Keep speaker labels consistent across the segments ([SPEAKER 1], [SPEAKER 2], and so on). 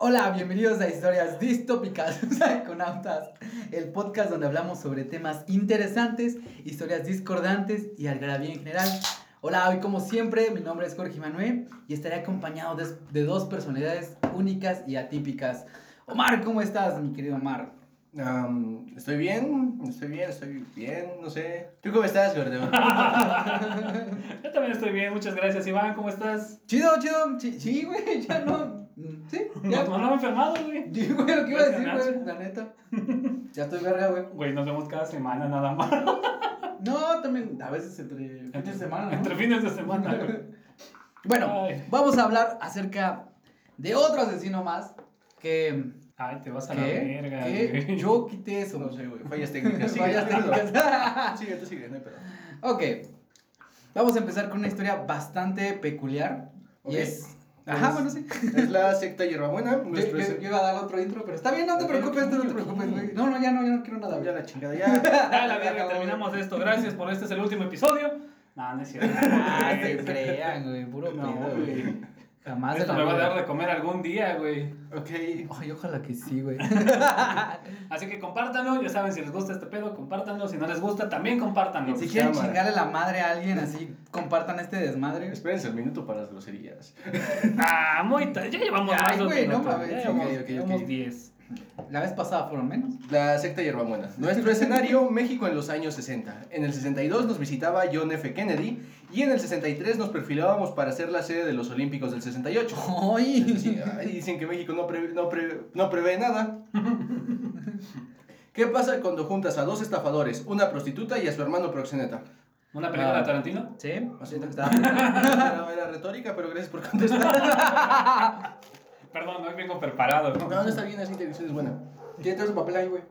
[SPEAKER 1] Hola, bienvenidos a Historias Distópicas con Autas, el podcast donde hablamos sobre temas interesantes, historias discordantes y algarabía en general. Hola, hoy como siempre, mi nombre es Jorge Manuel y estaré acompañado de, de dos personalidades únicas y atípicas. Omar, ¿cómo estás, mi querido Omar?
[SPEAKER 2] Am, estoy bien, estoy bien, estoy bien, no sé. ¿Tú cómo estás, gordo?
[SPEAKER 3] Yo también estoy bien, muchas gracias. Iván, ¿cómo estás?
[SPEAKER 1] Chido, chido, chi- sí, güey, ya no. mm, Sí,
[SPEAKER 3] No,
[SPEAKER 1] ya.
[SPEAKER 3] no, no me he enfermado, güey.
[SPEAKER 1] Sí, güey, lo que iba a decir,
[SPEAKER 3] Gracias,
[SPEAKER 1] güey, la neta. Ya estoy verga, güey.
[SPEAKER 3] Güey, nos vemos cada semana nada más.
[SPEAKER 1] No, también, a veces entre fines de semana. ¿no?
[SPEAKER 3] Entre fines de semana, güey.
[SPEAKER 1] Bueno,
[SPEAKER 3] Ay.
[SPEAKER 1] vamos a hablar acerca de otro asesino más que.
[SPEAKER 3] Ay, te vas a
[SPEAKER 1] ¿Qué?
[SPEAKER 3] la verga,
[SPEAKER 1] ¿Qué?
[SPEAKER 3] güey.
[SPEAKER 1] Yo quité eso.
[SPEAKER 2] No sé, güey. Fallas técnicas. Sigue,
[SPEAKER 1] Fallas
[SPEAKER 2] tú, gordo.
[SPEAKER 1] técnicas.
[SPEAKER 2] Sigue, tú sigue, no hay pedo.
[SPEAKER 1] ok. Vamos a empezar con una historia bastante peculiar.
[SPEAKER 2] Ok.
[SPEAKER 1] Y es.
[SPEAKER 3] Pues,
[SPEAKER 1] Ajá, bueno, sí.
[SPEAKER 2] Es la secta hierbabuena.
[SPEAKER 1] Yo,
[SPEAKER 2] nuestro-
[SPEAKER 1] yo- yo iba a dar otro intro, pero está bien, no te
[SPEAKER 2] Ok,
[SPEAKER 1] preocupes,
[SPEAKER 2] ok,
[SPEAKER 1] no te
[SPEAKER 2] ok.
[SPEAKER 1] preocupes, güey. No, no, ya no, ya no quiero nada.
[SPEAKER 2] Ya
[SPEAKER 1] güey.
[SPEAKER 2] la chingada, ya.
[SPEAKER 3] Ya, la verga, terminamos esto. Gracias por este es el último episodio. No, no es cierto.
[SPEAKER 1] Ah,
[SPEAKER 3] Ay,
[SPEAKER 1] se crean, güey, puro
[SPEAKER 3] No,
[SPEAKER 1] pedo,
[SPEAKER 3] güey.
[SPEAKER 1] güey. Jamás
[SPEAKER 3] Esto
[SPEAKER 1] en
[SPEAKER 3] me
[SPEAKER 1] la
[SPEAKER 3] va a
[SPEAKER 1] vida.
[SPEAKER 3] dar de comer algún día, güey.
[SPEAKER 2] Ok.
[SPEAKER 1] Ay, ojalá que sí, güey.
[SPEAKER 3] Así que compártanlo. Ya saben, si les gusta este pedo, compártanlo. Si no les gusta, también compártanlo.
[SPEAKER 1] Si quieren
[SPEAKER 2] pues, Cámara.
[SPEAKER 1] chingarle la madre a alguien así, compartan este desmadre.
[SPEAKER 2] Espérense el minuto para las groserías.
[SPEAKER 3] Ah, muy tarde. Ya llevamos
[SPEAKER 1] Ay,
[SPEAKER 3] más de un
[SPEAKER 1] güey, no
[SPEAKER 3] minuto,
[SPEAKER 1] mames.
[SPEAKER 3] Ya
[SPEAKER 1] Ok,
[SPEAKER 3] llevamos-
[SPEAKER 1] ok, ok.
[SPEAKER 3] ya llevamos 10.
[SPEAKER 1] La vez pasada fueron menos.
[SPEAKER 2] La secta hierbabuena. Nuestro escenario, México en los años 60. En el 62 nos visitaba John F. Kennedy y en el 63 nos perfilábamos para ser la sede de los Olímpicos del 68. Es decir,
[SPEAKER 1] Ay.
[SPEAKER 2] ay, dicen que México no, prevé- no, prevé- no prevé nada. ¿Qué pasa cuando juntas a dos estafadores, una prostituta y a su hermano proxeneta?
[SPEAKER 3] ¿Una película
[SPEAKER 1] Ah.
[SPEAKER 3] de Tarantino?
[SPEAKER 1] Sí, siento que estaba.
[SPEAKER 2] Era, era retórica, pero gracias por contestar.
[SPEAKER 3] Perdón, no vengo preparado.
[SPEAKER 2] No, no está bien, esa intervención es buena. ¿Quién traes un papel ahí, güey?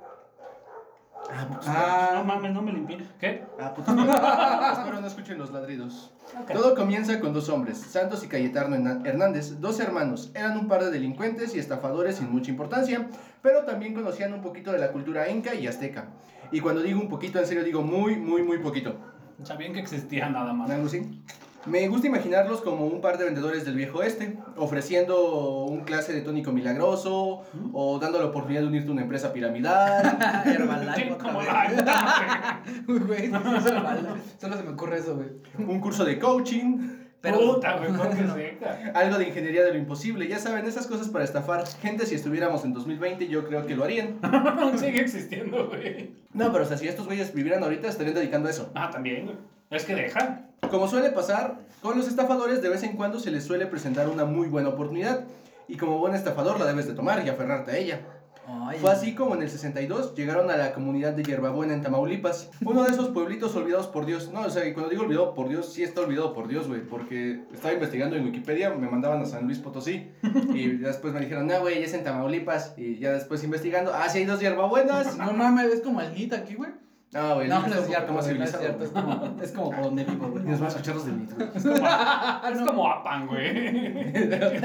[SPEAKER 2] Ah, putos
[SPEAKER 3] Ah, no mames, no me limpié. ¿Qué?
[SPEAKER 2] perros. Ah, putos perros. Espero no escuchen los ladridos.
[SPEAKER 3] Ok.
[SPEAKER 2] Todo comienza con dos hombres, Santos y Cayetano Hernán- Hernández, dos hermanos. Eran un par de delincuentes y estafadores sin mucha importancia, pero también conocían un poquito de la cultura inca y azteca. Y cuando digo un poquito, en serio digo muy, muy, muy poquito.
[SPEAKER 3] Sabían que existía nada más.
[SPEAKER 2] Algo así. Me gusta imaginarlos como un par de vendedores del viejo este, ofreciendo un clase de tónico milagroso o dando la oportunidad de unirte a una empresa piramidal.
[SPEAKER 1] Herbalife.
[SPEAKER 3] Sí,
[SPEAKER 1] otra
[SPEAKER 3] como-
[SPEAKER 1] vez.
[SPEAKER 3] ay, puta
[SPEAKER 1] Uy, güey, sí, sí, Herbalife. Solo se me ocurre eso, güey.
[SPEAKER 2] un curso de coaching,
[SPEAKER 1] Pero-
[SPEAKER 3] Puta, güey, ¿por qué secta?
[SPEAKER 2] algo de ingeniería de lo imposible. Ya saben, esas cosas para estafar. Gente, si estuviéramos en 2020, yo creo que lo harían.
[SPEAKER 3] Aún sigue existiendo, güey.
[SPEAKER 2] No, pero o sea, si estos güeyes vivieran ahorita, estarían dedicando a eso.
[SPEAKER 3] Ah, también, güey. Es que deja.
[SPEAKER 2] Como suele pasar, con los estafadores de vez en cuando se les suele presentar una muy buena oportunidad. Y como buen estafador la debes de tomar y aferrarte a ella.
[SPEAKER 1] Ay.
[SPEAKER 2] Fue así como en el 62 llegaron a la comunidad de Yerbabuena en Tamaulipas, uno de esos pueblitos olvidados por Dios. No, o sea, y cuando digo olvidado por Dios, sí está olvidado por Dios, güey, porque estaba investigando en Wikipedia, me mandaban a San Luis Potosí y ya después me dijeron, no, güey, es en Tamaulipas. Y ya después investigando, ah, sí hay dos Yerbabuenas.
[SPEAKER 1] No mames, ves como el Nita aquí, güey.
[SPEAKER 2] No, güey,
[SPEAKER 1] No,
[SPEAKER 2] el
[SPEAKER 1] no es
[SPEAKER 2] Nitro está
[SPEAKER 1] cierto,
[SPEAKER 2] un poquito
[SPEAKER 1] güey, no es
[SPEAKER 2] más civilizado,
[SPEAKER 1] cierto. Es como, es como por donde vivo,
[SPEAKER 2] güey.
[SPEAKER 1] güey.
[SPEAKER 2] Y Nos van a escuchar los del Nitro. Ah,
[SPEAKER 3] Es como Apan, güey.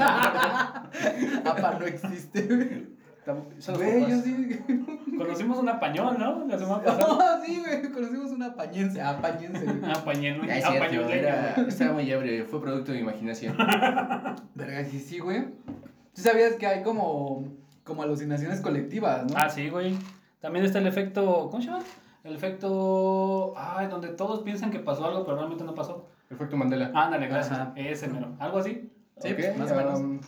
[SPEAKER 1] Apa no existe, güey.
[SPEAKER 2] Tam- Son los
[SPEAKER 1] Güey, yo
[SPEAKER 2] papás.
[SPEAKER 1] sí.
[SPEAKER 3] Conocimos un apañón, ¿no? La semana pasada.
[SPEAKER 1] No, sí, güey. Conocimos una apañense. Apañense, güey.
[SPEAKER 3] Apañón,
[SPEAKER 2] Ah, es cierto,
[SPEAKER 3] apañón.
[SPEAKER 2] era- estaba muy ebrio, fue producto de mi imaginación.
[SPEAKER 1] Verga, sí, sí, güey. Tú sabías que hay como, como alucinaciones colectivas, ¿no?
[SPEAKER 3] Ah, sí, güey. También está el efecto. ¿Cómo se llama? El efecto. Ay, donde todos piensan que pasó algo, pero realmente no pasó.
[SPEAKER 2] Perfecto Mandela.
[SPEAKER 3] Ándale, gracias.
[SPEAKER 1] Ajá.
[SPEAKER 3] Ese mero. Algo así.
[SPEAKER 1] Sí,
[SPEAKER 2] Ok,
[SPEAKER 1] pues, más o menos.
[SPEAKER 2] um,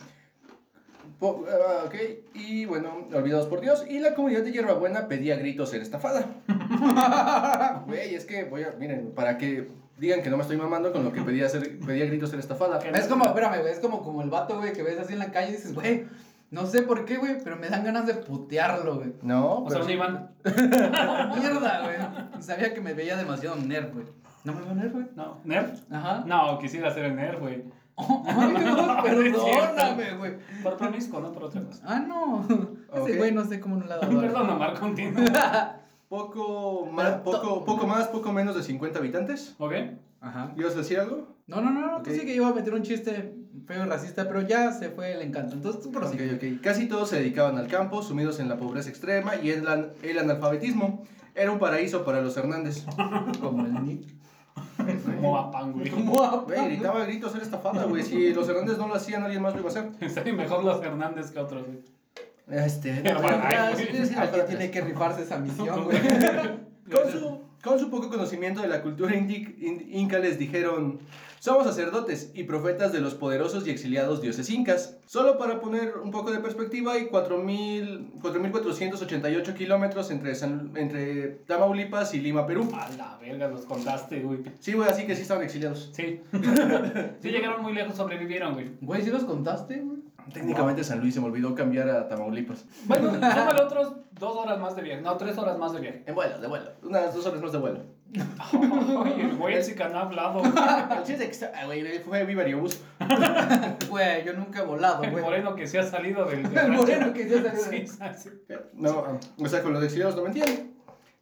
[SPEAKER 2] po- ah, ok, y bueno, olvidados por Dios. Y la comunidad de Hierbabuena pedía a gritos ser estafada. Güey, es que voy a. Miren, para que digan que no me estoy mamando con lo que pedía, ser, pedía a gritos ser estafada.
[SPEAKER 3] Ok.
[SPEAKER 1] Es como, espérame, güey, es como, como el vato, güey, que ves así en la calle y dices, güey, no sé por qué, güey, pero me dan ganas de putearlo, güey. ¡Oh,
[SPEAKER 2] No,
[SPEAKER 3] O sea,
[SPEAKER 2] pero.
[SPEAKER 3] un Iván.
[SPEAKER 1] Mierda, güey. Sabía que me veía demasiado nerd, güey. No me veo nerd, güey.
[SPEAKER 3] No, Nerf.
[SPEAKER 1] Ajá.
[SPEAKER 3] No, quisiera ser el Nerf, güey.
[SPEAKER 1] Ay, no, perdóname, güey.
[SPEAKER 3] Por promiscuo, no por otra cosa.
[SPEAKER 1] Ah, no.
[SPEAKER 2] Ok.
[SPEAKER 1] Ese güey no sé cómo no la ha dado.
[SPEAKER 3] Perdón, Omar, continúa.
[SPEAKER 2] Poco más,
[SPEAKER 1] Pero to-
[SPEAKER 2] poco, poco más, poco menos de 50 habitantes.
[SPEAKER 3] ¿Ok?
[SPEAKER 1] Ajá.
[SPEAKER 2] ¿Ibas a decir algo?
[SPEAKER 1] No, no, no, no,
[SPEAKER 2] Ok.
[SPEAKER 1] tú sí que iba a meter un chiste feo y racista, pero ya se fue el encanto. Entonces tú prosigue.
[SPEAKER 2] Ok, ok. Casi todos se dedicaban al campo, sumidos en la pobreza extrema y el, an- el analfabetismo. Era un paraíso para los Hernández.
[SPEAKER 1] Como el Nick.
[SPEAKER 3] Como a pan, güey.
[SPEAKER 1] Como a-
[SPEAKER 2] Güey, gritaba a gritos, era estafada, güey. Si los Hernández no lo hacían, alguien más lo iba a hacer.
[SPEAKER 3] Sí, mejor los Hernández que otros, güey.
[SPEAKER 1] Este,
[SPEAKER 3] Pero
[SPEAKER 1] no,
[SPEAKER 3] bueno,
[SPEAKER 1] pero,
[SPEAKER 3] ay,
[SPEAKER 1] sí,
[SPEAKER 3] güey.
[SPEAKER 1] sí, alguien tiene que rifarse esa misión, güey.
[SPEAKER 2] Con su, con su poco conocimiento de la cultura indi- in- inca les dijeron, somos sacerdotes y profetas de los poderosos y exiliados dioses incas. Solo para poner un poco de perspectiva, hay 4,000 4.488 kilómetros entre, San- entre Tamaulipas y Lima, Perú.
[SPEAKER 3] A la verga, los contaste, güey.
[SPEAKER 2] Sí, güey, así que sí estaban exiliados.
[SPEAKER 3] Sí. sí llegaron muy lejos, sobrevivieron, güey.
[SPEAKER 1] Güey, ¿sí los contaste, güey?
[SPEAKER 2] Técnicamente San Luis se me olvidó cambiar a Tamaulipas.
[SPEAKER 3] Bueno, súmale otros dos horas más de viaje. No, tres horas más de viaje.
[SPEAKER 2] En vuelo, de vuelo. Unas dos horas más de vuelo.
[SPEAKER 3] Oye, el güey sí que no ha hablado.
[SPEAKER 2] El chiste que está- ah, güey, fue Vivaribus.
[SPEAKER 1] Güey, yo nunca he volado,
[SPEAKER 3] El
[SPEAKER 1] güey.
[SPEAKER 3] moreno que se ha salido del. del
[SPEAKER 1] El moreno
[SPEAKER 3] rancho.
[SPEAKER 1] que se ha salido del-
[SPEAKER 3] Sí, sí, sí.
[SPEAKER 2] No, ah, o sea, con los exiliados no me entienden.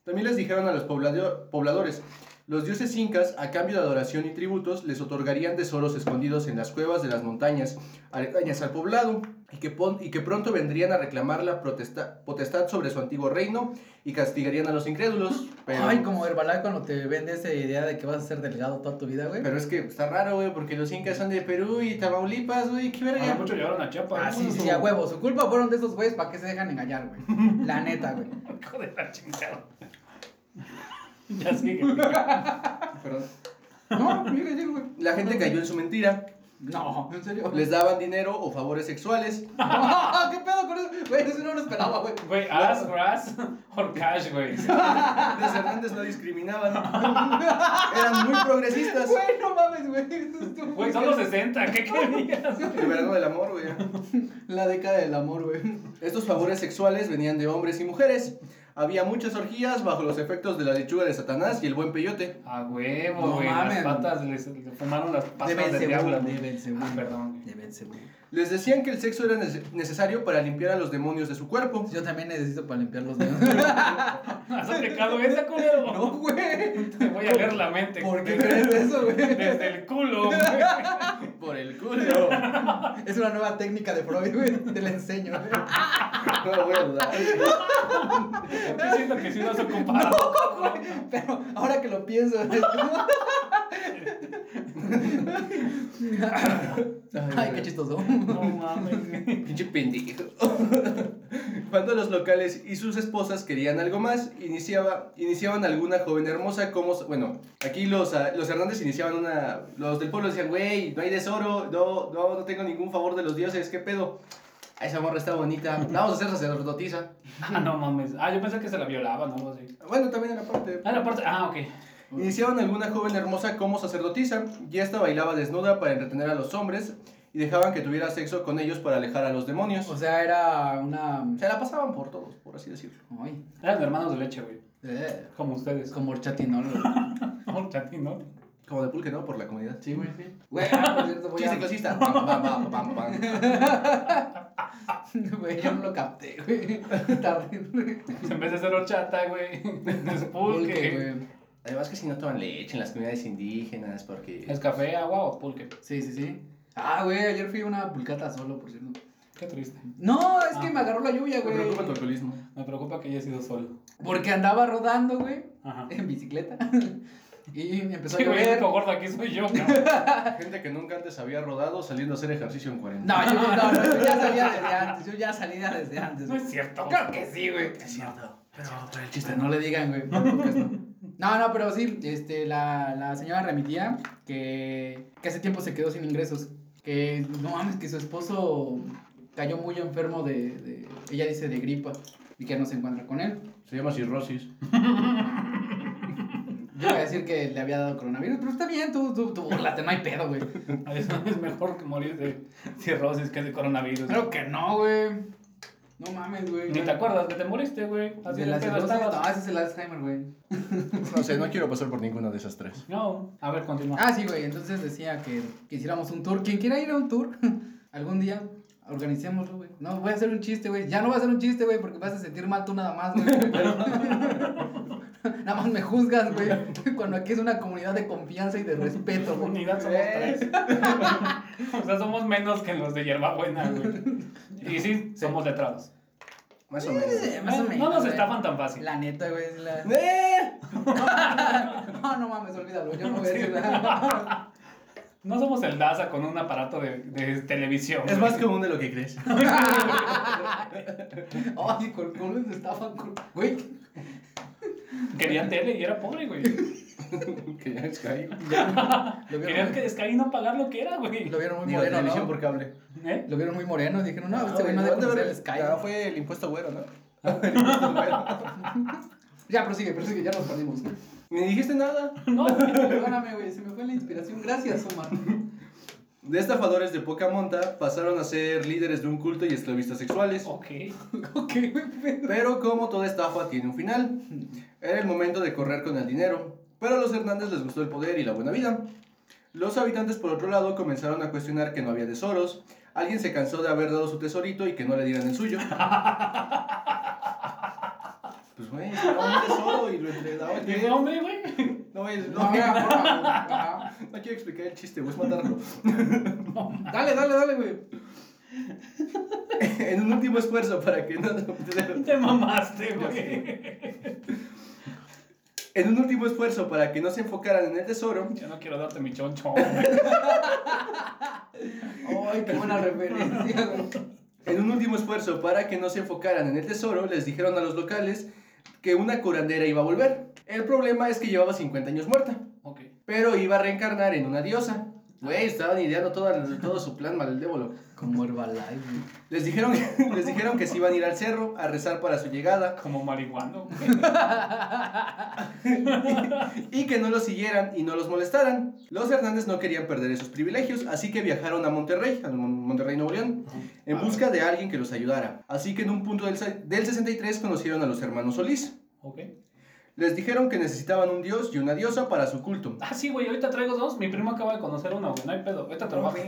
[SPEAKER 2] También les dijeron a los poblado- pobladores, los dioses incas, a cambio de adoración y tributos, les otorgarían tesoros escondidos en las cuevas de las montañas aledañas al poblado, y que, pon- y que pronto vendrían a reclamar la protesta- potestad sobre su antiguo reino y castigarían a los incrédulos. Pero,
[SPEAKER 1] Ay, como Herbalife cuando te vende esa idea de que vas a ser delgado toda tu vida, güey.
[SPEAKER 2] pero es que está raro, güey, porque los incas son de Perú y Tamaulipas, güey, qué verga.
[SPEAKER 3] Ahora mucho llegaron a Chiapas.
[SPEAKER 1] Ah, sí, sí, sí, a huevo. Su culpa fueron de esos güeyes para que se dejan engañar, güey. La neta, güey.
[SPEAKER 3] Hijo de la chingada. Ya sigue.
[SPEAKER 2] Perdón.
[SPEAKER 1] No, mira, sí, güey.
[SPEAKER 2] La gente cayó en su mentira,
[SPEAKER 1] No, en serio.
[SPEAKER 2] les daban dinero o favores sexuales, Ah,
[SPEAKER 1] ¿Qué pedo con eso? Güey, eso no lo esperaba, güey.
[SPEAKER 3] Güey, as, grass, or cash, güey.
[SPEAKER 2] Los Hernández no discriminaban. Eran muy progresistas.
[SPEAKER 1] Güey, no mames, güey. Eso estuvo
[SPEAKER 3] Güey, son los 60, ¿qué querías?
[SPEAKER 2] El verano del amor, güey.
[SPEAKER 1] La década del amor, güey.
[SPEAKER 2] Estos favores sexuales venían de hombres y mujeres. Había muchas orgías bajo los efectos de la lechuga de Satanás y el buen peyote.
[SPEAKER 3] A huevo,
[SPEAKER 1] No
[SPEAKER 3] güey.
[SPEAKER 1] mames.
[SPEAKER 3] las patas, les, le fumaron las patas
[SPEAKER 1] Deben
[SPEAKER 3] del
[SPEAKER 1] ser,
[SPEAKER 3] diablo.
[SPEAKER 1] güey. Deben ser,
[SPEAKER 3] Ah,
[SPEAKER 1] güey.
[SPEAKER 3] perdón, güey.
[SPEAKER 1] Deben ser, güey.
[SPEAKER 2] Les decían que el sexo era nece- necesario para limpiar a los demonios de su cuerpo.
[SPEAKER 1] Yo también necesito para limpiar los dedos.
[SPEAKER 3] ¿Has aplicado esa, culero?
[SPEAKER 1] No, güey.
[SPEAKER 3] Te voy a leer la mente.
[SPEAKER 1] ¿Por qué
[SPEAKER 3] culero.
[SPEAKER 1] crees eso, güey?
[SPEAKER 3] Desde el culo, güey.
[SPEAKER 2] Por el culo.
[SPEAKER 1] Es una nueva técnica de Freud, güey. Te la enseño, güey.
[SPEAKER 2] No lo voy a dudar.
[SPEAKER 3] Yo siento que sí nos ocupado.
[SPEAKER 1] Pero ahora que lo pienso, es como- Ay, qué chistoso.
[SPEAKER 3] No mames, güey.
[SPEAKER 2] Pinche pendejo. Cuando los locales y sus esposas querían algo más, iniciaba, iniciaban alguna joven hermosa como... Bueno, aquí los, ah, los Hernández iniciaban una... Los del pueblo decían, güey, no hay tesoro, no, no, no tengo ningún favor de los dioses, ¿qué pedo? "Ah, Esa morra está bonita, la vamos a hacer sacerdotisa.
[SPEAKER 3] Ah, no mames. Ah, yo pensé que se la violaban o algo así.
[SPEAKER 2] Bueno, también era parte...
[SPEAKER 3] Ah, la parte. Ah, ok.
[SPEAKER 2] Iniciaban alguna joven hermosa como sacerdotisa, y esta bailaba desnuda para entretener a los hombres, y dejaban que tuviera sexo con ellos para alejar a los demonios.
[SPEAKER 1] O sea, era una.
[SPEAKER 2] Se la pasaban por todos, por así decirlo.
[SPEAKER 1] Ay,
[SPEAKER 3] Eran hermanos de leche, güey.
[SPEAKER 1] eh,
[SPEAKER 3] Como ustedes.
[SPEAKER 1] como horchatinol, güey.
[SPEAKER 3] Como Chati, ¿no?
[SPEAKER 2] Como de pulque, ¿no? Por la comunidad.
[SPEAKER 1] Sí, güey, sí. Güey, ah, por cierto, voy
[SPEAKER 2] Chiste
[SPEAKER 1] a.
[SPEAKER 2] clasista. Pam, pam, pam, pam, pam.
[SPEAKER 1] Güey, yo no lo capté, güey. Tarde, güey.
[SPEAKER 3] En vez de ser horchata, güey.
[SPEAKER 1] Porque,
[SPEAKER 3] Es pulque.
[SPEAKER 1] güey.
[SPEAKER 2] Además que si no toman leche en las comunidades indígenas porque...
[SPEAKER 3] ¿Es café, agua o pulque?
[SPEAKER 1] Sí, sí, sí. Ah, güey, ayer fui a una pulcata solo, por cierto.
[SPEAKER 3] Qué triste.
[SPEAKER 1] No, es que
[SPEAKER 3] Ah.
[SPEAKER 1] me agarró la lluvia,
[SPEAKER 2] Me
[SPEAKER 1] güey.
[SPEAKER 2] preocupa tu alcoholismo.
[SPEAKER 3] Me preocupa que haya sido sol.
[SPEAKER 1] Porque andaba rodando, güey,
[SPEAKER 3] Ajá.
[SPEAKER 1] en bicicleta. Y me empezó a
[SPEAKER 3] Sí, güey, el
[SPEAKER 1] llover.
[SPEAKER 3] único gordo aquí soy yo, cabrón.
[SPEAKER 2] Gente que nunca antes había rodado saliendo a hacer ejercicio en 40.
[SPEAKER 1] No, yo, no, no, yo ya salía desde antes, yo ya salía desde antes.
[SPEAKER 3] No
[SPEAKER 1] güey.
[SPEAKER 3] es cierto.
[SPEAKER 1] Claro Pues que sí, güey. Es
[SPEAKER 2] cierto.
[SPEAKER 1] Pero, pero el chiste, no le digan, güey. por podcast, No, no, no, pero sí, este, la, la señora remitía que, que hace tiempo se quedó sin ingresos. Que no mames, que su esposo cayó muy enfermo de, de- ella dice, de gripa y que no se encuentra con él.
[SPEAKER 2] Se llama cirrosis.
[SPEAKER 1] Yo voy a decir que le había dado coronavirus, pero está bien, tú, tú, tú, búrlate, no hay pedo, güey.
[SPEAKER 3] A veces es mejor que morir de cirrosis que de coronavirus.
[SPEAKER 1] Claro que no, güey. No mames, güey.
[SPEAKER 3] Ni te acuerdas que te moriste, güey. Así
[SPEAKER 1] De
[SPEAKER 3] de
[SPEAKER 1] la
[SPEAKER 3] pedo
[SPEAKER 1] cirrosis, no,
[SPEAKER 3] estabas.
[SPEAKER 1] ese es el Alzheimer, güey.
[SPEAKER 2] No sé, no quiero pasar por ninguna de esas tres.
[SPEAKER 3] No. A ver, continúa.
[SPEAKER 1] Ah, sí, güey. Entonces decía que, que hiciéramos un tour. Quien quiera ir a un tour, algún día, organicémoslo, güey. No, voy a hacer un chiste, güey. Ya no voy a hacer un chiste, güey, porque vas a sentir mal tú nada más, güey. nada más me juzgas, güey. Cuando aquí es una comunidad de confianza y de respeto, pues, güey.
[SPEAKER 3] Unidad somos tres. o sea, somos menos que los de hierbabuena, güey. Y sí, somos letrados.
[SPEAKER 2] Más o menos.
[SPEAKER 1] Eh, más o
[SPEAKER 3] No,
[SPEAKER 1] menos,
[SPEAKER 3] no nos
[SPEAKER 1] güey.
[SPEAKER 3] estafan tan fácil.
[SPEAKER 1] La neta, güey, es la...
[SPEAKER 2] ¡Eh!
[SPEAKER 1] No, no mames, olvídalo, yo no voy a decir nada.
[SPEAKER 3] No somos el DASA con un aparato de, de televisión.
[SPEAKER 2] Es
[SPEAKER 3] güey.
[SPEAKER 2] más común de lo que crees.
[SPEAKER 1] Ay, con colores estaban con. Güey,
[SPEAKER 3] Quería tele y era pobre, güey.
[SPEAKER 2] que ya es caído.
[SPEAKER 1] lo
[SPEAKER 3] Querían
[SPEAKER 1] vieron,
[SPEAKER 3] que Sky no pagar lo que era, güey.
[SPEAKER 1] lo vieron muy
[SPEAKER 2] Digo,
[SPEAKER 1] moreno,
[SPEAKER 2] televisión
[SPEAKER 1] ¿no?
[SPEAKER 2] por cable.
[SPEAKER 3] ¿Eh?
[SPEAKER 1] Lo vieron muy moreno y dijeron, no, este güey no
[SPEAKER 2] Ah, güey,
[SPEAKER 1] debe
[SPEAKER 2] ¿dónde
[SPEAKER 1] conocer
[SPEAKER 2] ver-
[SPEAKER 1] el Sky.
[SPEAKER 2] Ah, fue el impuesto güero, ¿no? El impuesto güero.
[SPEAKER 1] Ya, prosigue, prosigue, ya nos perdimos.
[SPEAKER 2] Ni dijiste nada.
[SPEAKER 3] No, güey.
[SPEAKER 1] Perdóname, güey, se me fue la inspiración. Gracias, Omar.
[SPEAKER 2] De estafadores de poca monta pasaron a ser líderes de un culto y esclavistas sexuales.
[SPEAKER 3] Ok.
[SPEAKER 1] ok, güey, pero-
[SPEAKER 2] Pero como toda estafa tiene un final, era el momento de correr con el dinero. Pero a los Hernández les gustó el poder y la buena vida. Los habitantes por otro lado comenzaron a cuestionar que no había tesoros. Alguien se cansó de haber dado su tesorito y que no le dieran el suyo. Pues güey, era un tesoro y lo entregaba.
[SPEAKER 3] Dije, hombre, güey.
[SPEAKER 2] No, güey, no,
[SPEAKER 1] No, mira, por favor, ajá.
[SPEAKER 2] no quiero explicar el chiste, güey, es matarlo.
[SPEAKER 1] Dale, dale, dale, güey.
[SPEAKER 2] en un último esfuerzo para que no...
[SPEAKER 3] Te mamaste, güey.
[SPEAKER 2] En un último esfuerzo para que no se enfocaran en el tesoro,
[SPEAKER 3] Yo no quiero darte mi choncho, güey.
[SPEAKER 1] Ay, qué buena referencia, güey.
[SPEAKER 2] En un último esfuerzo para que no se enfocaran en el tesoro, les dijeron a los locales que una curandera iba a volver. El problema es que llevaba 50 años muerta,
[SPEAKER 3] Ok.
[SPEAKER 2] pero iba a reencarnar en una diosa. Güey, estaban ideando todo, todo su plan malévolo.
[SPEAKER 1] Como Herbalife, güey.
[SPEAKER 2] Les dijeron, les dijeron que se iban a ir al cerro a rezar para su llegada
[SPEAKER 3] Como marihuana, güey.
[SPEAKER 2] y que no los siguieran y no los molestaran. Los Hernández no querían perder esos privilegios, así que viajaron a Monterrey, a Mon- Monterrey Nuevo León, en busca de alguien que los ayudara. Así que en un punto del, se- del 63 conocieron a los hermanos Solís.
[SPEAKER 3] Ok.
[SPEAKER 2] Les dijeron que necesitaban un dios y una diosa para su culto.
[SPEAKER 3] Ah, sí, güey. Ahorita traigo dos. Mi primo acaba de conocer uno, güey. No hay pedo. Ahorita trabaja.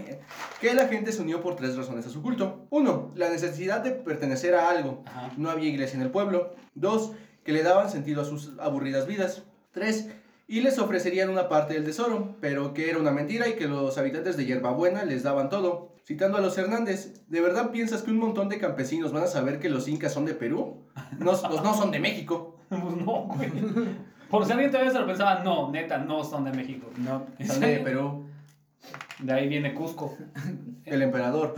[SPEAKER 2] Que la gente se unió por tres razones a su culto. Uno, la necesidad de pertenecer a algo.
[SPEAKER 3] Ajá.
[SPEAKER 2] No había iglesia en el pueblo. Dos, que le daban sentido a sus aburridas vidas. Tres, y les ofrecerían una parte del tesoro, pero que era una mentira y que los habitantes de Hierbabuena les daban todo. Citando a los Hernández, ¿de verdad piensas que un montón de campesinos van a saber que los incas son de Perú? No, los no son de México.
[SPEAKER 3] Pues no, güey. Por si alguien todavía se lo pensaba, no, neta, no son de México.
[SPEAKER 1] No.
[SPEAKER 2] Son de Perú.
[SPEAKER 3] De ahí viene Cusco.
[SPEAKER 2] El emperador.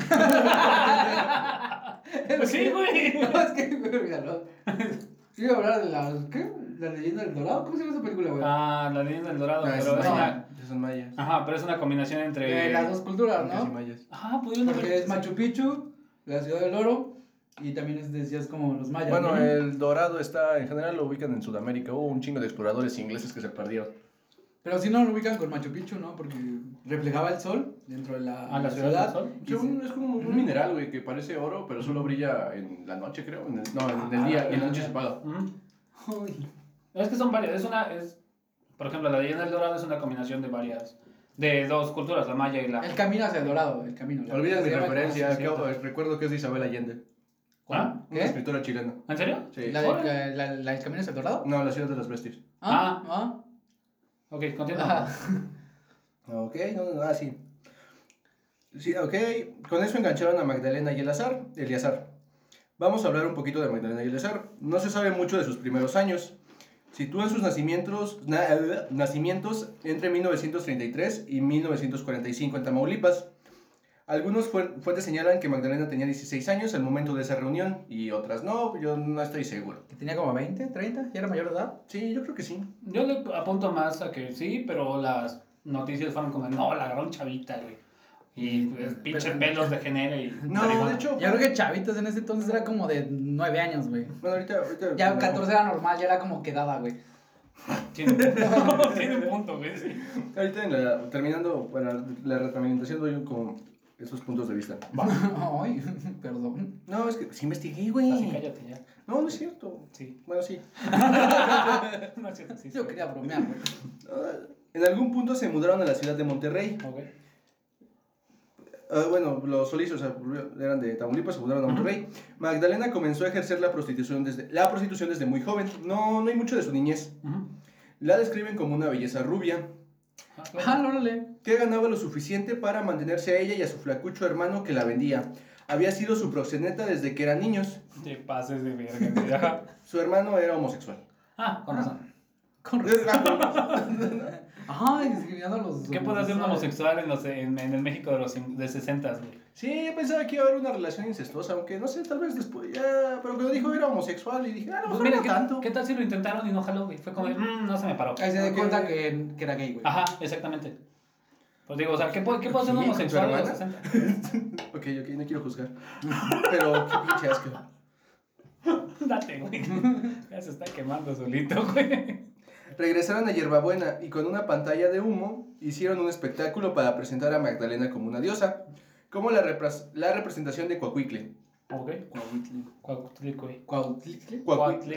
[SPEAKER 3] Pues sí, güey.
[SPEAKER 1] No, es que, güey, olvídalo. Yo iba a hablar de la. ¿Qué? ¿La leyenda del dorado? ¿Cómo se llama esa película, güey?
[SPEAKER 3] Ah, la leyenda del dorado,
[SPEAKER 2] Ah,
[SPEAKER 3] pero Ah,
[SPEAKER 2] esos
[SPEAKER 3] es
[SPEAKER 1] no.
[SPEAKER 3] una.
[SPEAKER 2] mayas, esos mayas.
[SPEAKER 3] Ajá, pero es una combinación entre.
[SPEAKER 1] Eh, las dos culturas,
[SPEAKER 2] Incas y
[SPEAKER 1] ¿no?
[SPEAKER 2] mayas.
[SPEAKER 3] Ah, pudieron
[SPEAKER 1] Porque
[SPEAKER 3] haber.
[SPEAKER 1] es Machu Picchu, la ciudad del oro, y también es decías como los mayas.
[SPEAKER 2] Bueno,
[SPEAKER 1] ¿no?
[SPEAKER 2] el dorado está, en general lo ubican en Sudamérica. Hubo un chingo de exploradores ingleses que se perdieron.
[SPEAKER 1] Pero si no lo ubican con Machu Picchu, ¿no? Porque reflejaba el sol dentro de la,
[SPEAKER 3] Ah, la ciudad del sol.
[SPEAKER 1] y se-
[SPEAKER 2] es como un mineral, güey, que parece oro, pero solo brilla en la noche, creo. En el- no,
[SPEAKER 1] Ah,
[SPEAKER 2] en el día, y en la noche se apaga.
[SPEAKER 3] Ujú.
[SPEAKER 1] Uy.
[SPEAKER 3] Es que son varias. Es una. Es... Por ejemplo, la leyenda del dorado es una combinación de varias. De dos culturas, la maya y la.
[SPEAKER 1] El camino hacia el dorado, el camino. la-
[SPEAKER 2] Olviden
[SPEAKER 1] se
[SPEAKER 2] mi
[SPEAKER 1] llama-
[SPEAKER 2] referencia,
[SPEAKER 3] sí, es
[SPEAKER 2] que- recuerdo que es de Isabel Allende,
[SPEAKER 3] ¿Ah?
[SPEAKER 2] una
[SPEAKER 1] ¿Qué?
[SPEAKER 2] escritora chilena.
[SPEAKER 3] ¿En serio?
[SPEAKER 2] Sí.
[SPEAKER 1] ¿La, de- la, la- la del camino hacia el dorado?
[SPEAKER 2] No, la ciudad de las bestias.
[SPEAKER 1] Ah, ah.
[SPEAKER 3] Ok, continúa.
[SPEAKER 1] ah.
[SPEAKER 2] Ok, no, no, ah, sí. Sí, ok. Con eso engancharon a Magdalena y Eleazar. Eleazar. Vamos a hablar un poquito de Magdalena y Eleazar. No se sabe mucho de sus primeros años. Sitúan sus nacimientos, na- nacimientos entre 1933 y 1945 en Tamaulipas. Algunos fuen- fuentes señalan que Magdalena tenía 16 años al momento de esa reunión y otras no, yo no estoy seguro.
[SPEAKER 1] Que tenía como 20, 30, ya era mayor de edad.
[SPEAKER 2] Sí, yo creo que sí.
[SPEAKER 3] Yo le apunto más a que sí, pero las noticias fueron como, no, la gran chavita, güey. Y pues, pinche pelos de genera y.
[SPEAKER 2] No, de hecho...
[SPEAKER 1] Yo creo que chavitos en ese entonces era como de 9 años, güey.
[SPEAKER 2] Bueno, ahorita... ahorita
[SPEAKER 1] Ya 14 era normal, ya era como quedada, güey.
[SPEAKER 3] Tiene punto, tiene punto, güey. sí.
[SPEAKER 2] Ahorita en la- terminando para la retroalimentación doy con esos puntos de vista.
[SPEAKER 1] Ay, perdón.
[SPEAKER 2] No, es que sí investigué,
[SPEAKER 3] Así
[SPEAKER 2] güey.
[SPEAKER 3] cállate ya.
[SPEAKER 2] No, no es cierto.
[SPEAKER 3] Sí.
[SPEAKER 2] Bueno, sí.
[SPEAKER 3] No es cierto, sí. sí.
[SPEAKER 1] Yo quería bromear, güey.
[SPEAKER 2] Ah, En algún punto se mudaron a la ciudad de Monterrey.
[SPEAKER 3] Ok.
[SPEAKER 2] Ah, bueno, los solizos eran de Tamaulipas, se mudaron a Monterrey. Magdalena comenzó a ejercer la prostitución desde, la prostitución desde muy joven. No, no hay mucho de su niñez.
[SPEAKER 3] Ujú.
[SPEAKER 2] La describen como una belleza rubia
[SPEAKER 3] Ah, claro.
[SPEAKER 1] Ah, órale.
[SPEAKER 2] que ganaba lo suficiente para mantenerse a ella y a su flacucho hermano que la vendía. Había sido su proxeneta desde que eran niños.
[SPEAKER 3] Te pases de verga, güey. Ajá.
[SPEAKER 2] Su hermano era homosexual.
[SPEAKER 3] Ah, con razón.
[SPEAKER 1] Con razón.
[SPEAKER 2] Ah,
[SPEAKER 4] Ajá, y discriminando a los.
[SPEAKER 3] ¿Qué puede hacer un
[SPEAKER 4] homosexuales.
[SPEAKER 3] homosexual en, los, en, en el México de los cin- de 60,
[SPEAKER 2] Pues
[SPEAKER 3] güey?
[SPEAKER 2] Sí, yo pensaba que iba a haber una relación incestuosa, aunque no sé, tal vez después ya. Pero cuando dijo era homosexual y dije, ah, no,
[SPEAKER 3] Pues
[SPEAKER 2] no
[SPEAKER 3] mira, ¿qué,
[SPEAKER 2] tanto.
[SPEAKER 3] ¿qué tal si lo intentaron y no jaló, güey? Fue como, de, "Mm, no se me paró.
[SPEAKER 4] Ahí se da cuenta que, que era gay, güey.
[SPEAKER 3] Ajá, exactamente. Pues digo, o sea, ¿qué puede, qué puede hacer un
[SPEAKER 2] Sí, con su
[SPEAKER 3] homosexual en los
[SPEAKER 2] hermana.
[SPEAKER 3] 60?
[SPEAKER 2] Ok, ok, no quiero juzgar. Pero qué pinche asco.
[SPEAKER 3] Date, güey. Ya se está quemando solito, güey.
[SPEAKER 2] Regresaron a Hierbabuena y con una pantalla de humo hicieron un espectáculo para presentar a Magdalena como una diosa, como la, repras- la representación de Coahuicle.
[SPEAKER 3] Ok. Cuauhtlic, güey.
[SPEAKER 4] Cuautlicle.
[SPEAKER 3] Cuauhtlic,
[SPEAKER 2] Coahuicle.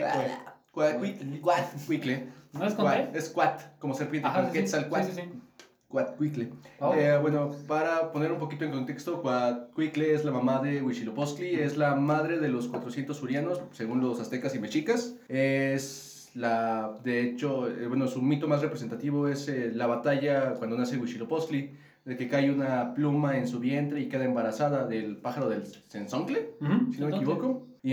[SPEAKER 2] Coahuicle.
[SPEAKER 3] güey.
[SPEAKER 2] Coahuicle.
[SPEAKER 3] ¿No pues. es con
[SPEAKER 2] Cuat-
[SPEAKER 3] T?
[SPEAKER 2] Es cuat, como serpiente,
[SPEAKER 3] Ajá,
[SPEAKER 2] con
[SPEAKER 3] sí, sí,
[SPEAKER 2] Quetzalcoatl.
[SPEAKER 3] sí, sí, sí.
[SPEAKER 2] Coatcuicle.
[SPEAKER 3] Oh.
[SPEAKER 2] Eh, bueno, para poner un poquito en contexto, Coatcuicle es la mamá de Huitzilopochtli, es la madre de los 400 surianos, según los aztecas y mexicas. Es la, de hecho, eh, bueno, su mito más representativo es eh, la batalla cuando nace Huitzilopochtli, de que cae una pluma en su vientre y queda embarazada del pájaro del cenzoncle
[SPEAKER 3] Ujú.
[SPEAKER 2] si no me
[SPEAKER 3] Entonces,
[SPEAKER 2] equivoco. Y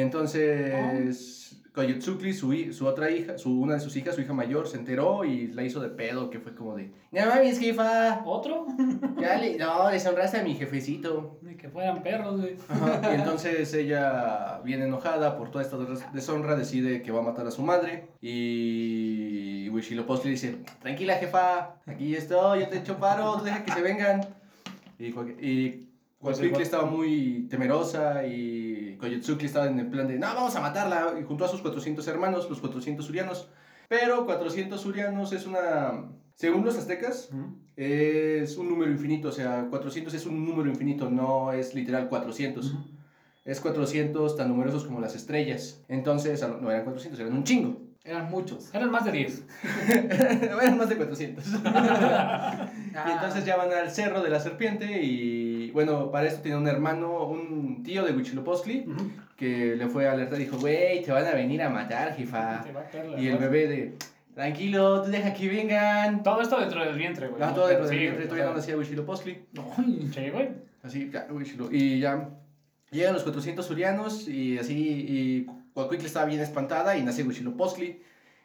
[SPEAKER 2] entonces Coyotzukli, su, hi- su otra hija, su, una de sus hijas, su hija mayor, se enteró y la hizo de pedo, que fue como de, no mames, jefa,
[SPEAKER 3] ¿Otro?
[SPEAKER 2] ya le- no, deshonraste a mi jefecito.
[SPEAKER 3] Ni que fueran perros, güey.
[SPEAKER 2] Ajá, Y entonces ella, bien enojada por toda esta des- deshonra, decide que va a matar a su madre. Y Huitzilopochtli dice, tranquila jefa, aquí estoy, yo te echo paro, tú deja que se vengan. Y, Coa- y Coatzcuilcli estaba muy temerosa y Coyotzcuilcli estaba en el plan de, no, vamos a matarla. Y junto a sus 400 hermanos, los 400 surianos. Pero 400 surianos es una... Según los aztecas,
[SPEAKER 3] Ujú.
[SPEAKER 2] es un número infinito, o sea, 400 es un número infinito, no es literal 400.
[SPEAKER 3] Ujú.
[SPEAKER 2] Es 400 tan numerosos como las estrellas. Entonces, a lo- no eran 400, eran un chingo.
[SPEAKER 4] Eran muchos.
[SPEAKER 3] Eran más de 10.
[SPEAKER 2] eran más de 400.
[SPEAKER 3] Ah.
[SPEAKER 2] Y entonces ya van al Cerro de la Serpiente y, bueno, para esto tiene un hermano, un tío de Huitzilopochtli,
[SPEAKER 3] Ujú.
[SPEAKER 2] que le fue alerta y dijo, güey, te van a venir a matar, jefa.
[SPEAKER 3] Te va a caer la
[SPEAKER 2] Ah, Y el
[SPEAKER 3] madre.
[SPEAKER 2] bebé de, tranquilo, tú deja que vengan.
[SPEAKER 3] Todo esto dentro del vientre, güey.
[SPEAKER 2] No, Ah, todo dentro del
[SPEAKER 3] Sí,
[SPEAKER 2] vientre,
[SPEAKER 3] güey,
[SPEAKER 2] todavía no
[SPEAKER 3] o sea,
[SPEAKER 2] nacía Huitzilopochtli.
[SPEAKER 4] Ay,
[SPEAKER 3] Sí, güey.
[SPEAKER 2] Así, ya, güey, chilo. Y ya llegan los 400 surianos y así, y Coahuicle estaba bien espantada y nace Huitzilopochtli.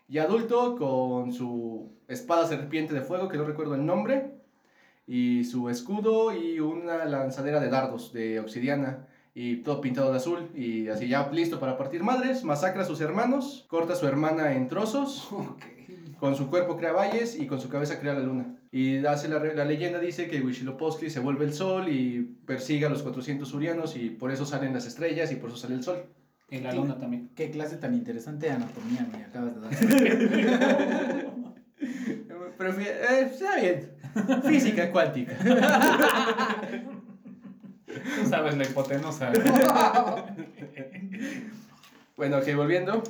[SPEAKER 2] Y adulto con su espada serpiente de fuego, que no recuerdo el nombre, y su escudo y una lanzadera de dardos de obsidiana. Y todo pintado de azul, y así ya listo para partir madres, masacra a sus hermanos, corta a su hermana en trozos,
[SPEAKER 4] ok.
[SPEAKER 2] con su cuerpo crea valles y con su cabeza crea la luna. Y hace la, re- la leyenda dice que Huitzilopochtli se vuelve el sol y persigue a los 400 surianos y por eso salen las estrellas y por eso sale el sol.
[SPEAKER 3] Y la luna también.
[SPEAKER 4] Qué clase tan interesante de anatomía me acabas de dar.
[SPEAKER 2] Pero eh, está bien. Física cuántica.
[SPEAKER 3] Tú sabes la hipotenusa. ¿eh?
[SPEAKER 2] Bueno, ok, volviendo.